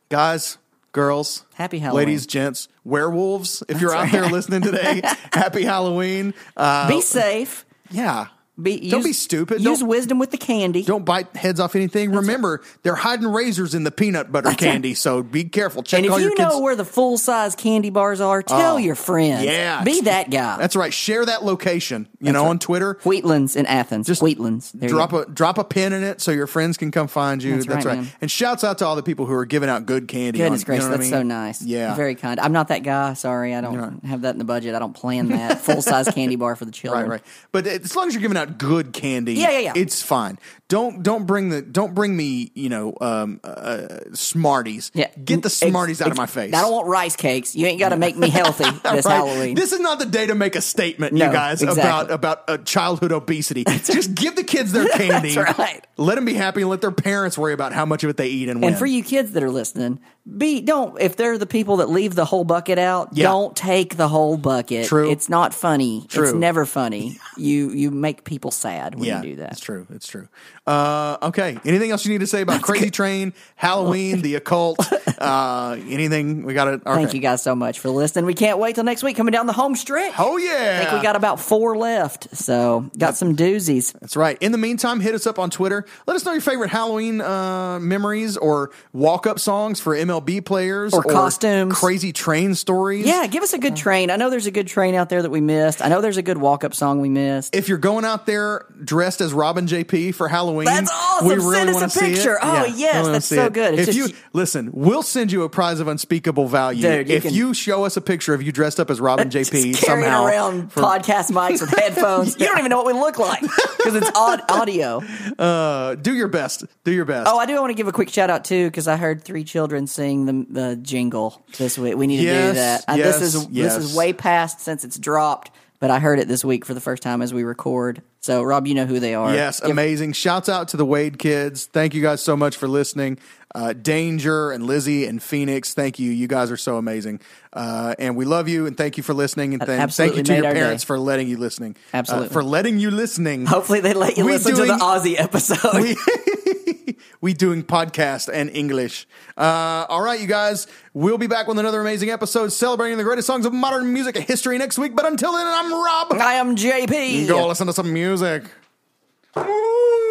Speaker 2: Guys, girls,
Speaker 3: Happy Halloween.
Speaker 2: ladies, gents, werewolves. If you're out there listening
Speaker 3: [LAUGHS]
Speaker 2: today, happy Halloween. Uh,
Speaker 3: be safe.
Speaker 2: yeah.
Speaker 3: Be,
Speaker 2: don't
Speaker 3: use-
Speaker 2: be stupid.
Speaker 3: Use
Speaker 2: Don't-
Speaker 3: wisdom with the candy.
Speaker 2: Don't bite heads off anything. Remember, they're hiding razors in the peanut butter candy, so be careful. Check
Speaker 3: and if
Speaker 2: all
Speaker 3: you
Speaker 2: your kids.
Speaker 3: know where the full size candy bars are, tell your friends.
Speaker 2: Oh, yeah.
Speaker 3: Be that guy.
Speaker 2: That's right. Share that location. You know, on Twitter.
Speaker 3: Wheatlands in Athens.
Speaker 2: Just
Speaker 3: Wheatlands. There you
Speaker 2: drop
Speaker 3: go.
Speaker 2: a drop a pin in it so your friends can come find you.
Speaker 3: That's
Speaker 2: That's,
Speaker 3: right,
Speaker 2: right.
Speaker 3: man.
Speaker 2: And shouts out to all the people who are giving out good candy.
Speaker 3: Goodness
Speaker 2: on- you
Speaker 3: gracious,
Speaker 2: know what I
Speaker 3: that's so
Speaker 2: mean?
Speaker 3: nice.
Speaker 2: Yeah,
Speaker 3: Very kind. I'm not that guy. Sorry, I don't have that in the budget. I don't
Speaker 2: [LAUGHS]
Speaker 3: plan that. Full size candy bar for the children.
Speaker 2: right, right. But as long as you're giving out good candy,
Speaker 3: Yeah, yeah, yeah.
Speaker 2: it's fine. Don't don't bring the don't bring me you know um, uh, Smarties.
Speaker 3: Yeah.
Speaker 2: get the
Speaker 3: Ex-
Speaker 2: Smarties out of
Speaker 3: ex-
Speaker 2: my face.
Speaker 3: I don't want rice cakes. You ain't got to make me healthy this
Speaker 2: [LAUGHS] Right?
Speaker 3: Halloween.
Speaker 2: This is not the day to make a statement,
Speaker 3: No,
Speaker 2: you guys,
Speaker 3: exactly.
Speaker 2: about about uh, childhood
Speaker 3: [LAUGHS]
Speaker 2: obesity. Just give the kids their candy.
Speaker 3: That's right.
Speaker 2: Let them be happy and let their parents worry about how much of it they eat and when.
Speaker 3: and for you kids that are listening, be don't if they're the people that leave the whole bucket out,
Speaker 2: Yeah.
Speaker 3: don't take the whole bucket.
Speaker 2: True.
Speaker 3: It's not funny. It's
Speaker 2: True.
Speaker 3: never funny.
Speaker 2: [LAUGHS]
Speaker 3: you you make people sad when
Speaker 2: yeah,
Speaker 3: you do that.
Speaker 2: It's true. It's true. Uh, okay. Anything else you need to say about Crazy Train, Halloween, the
Speaker 3: [LAUGHS]
Speaker 2: occult? Uh, anything? We got it. Okay.
Speaker 3: Thank you guys so much for listening. We can't wait till next week coming down the home stretch.
Speaker 2: Oh yeah.
Speaker 3: I think we got about four left. So got some doozies.
Speaker 2: That's right. In the meantime, hit us up on Twitter. Let us know your favorite Halloween uh, memories or walk up songs for MLB players
Speaker 3: Or costumes.
Speaker 2: crazy train stories.
Speaker 3: Yeah, give us a good train. I know there's a good train out there that we missed. I know there's a good walk up song we missed.
Speaker 2: If you're going out there dressed as Robin JP for Halloween,
Speaker 3: That's awesome.
Speaker 2: We really
Speaker 3: Send us
Speaker 2: wanna
Speaker 3: a
Speaker 2: see it.
Speaker 3: picture. Oh, yes,
Speaker 2: we wanna
Speaker 3: that's
Speaker 2: see
Speaker 3: so
Speaker 2: it.
Speaker 3: good. It's
Speaker 2: If
Speaker 3: just-
Speaker 2: you listen, we'll send you a prize of unspeakable value
Speaker 3: Dude, you
Speaker 2: if
Speaker 3: can-
Speaker 2: you show us a picture of you dressed up as Robin JP
Speaker 3: [LAUGHS] Just carrying
Speaker 2: somehow.
Speaker 3: around
Speaker 2: for-
Speaker 3: podcast mics with headphones. You don't even know what we look like because it's
Speaker 2: [LAUGHS]
Speaker 3: odd audio.
Speaker 2: uh, do your best. Do your best.
Speaker 3: Oh, I do want to give a quick shout out too because I heard three children sing the, the jingle this week. We need to do
Speaker 2: Yes,
Speaker 3: that. Uh, this
Speaker 2: yes,
Speaker 3: is this is
Speaker 2: yes.
Speaker 3: way past since it's dropped, but I heard it this week for the first time as we record. So, Rob, you know who they are.
Speaker 2: Yes,
Speaker 3: Give-
Speaker 2: amazing. Shouts out to the Wade kids. Thank you guys so much for listening. Uh, Danger and Lizzie and Phoenix, thank you. You guys are so amazing. Uh, and we love you and thank you for listening. And thank- thank
Speaker 3: absolutely
Speaker 2: you to
Speaker 3: made
Speaker 2: your
Speaker 3: our
Speaker 2: parents
Speaker 3: day.
Speaker 2: for letting you listening. Uh,
Speaker 3: Absolutely.
Speaker 2: for letting you listening.
Speaker 3: Hopefully, they let you
Speaker 2: We
Speaker 3: listen to
Speaker 2: doing-
Speaker 3: the Aussie episode.
Speaker 2: [LAUGHS] we doing podcast and English. Uh, all right, you guys. We'll be back with another amazing episode celebrating the greatest songs of modern music and history next week. But until then, I'm Rob.
Speaker 3: I am JP.
Speaker 2: Go listen to some music. Ooh.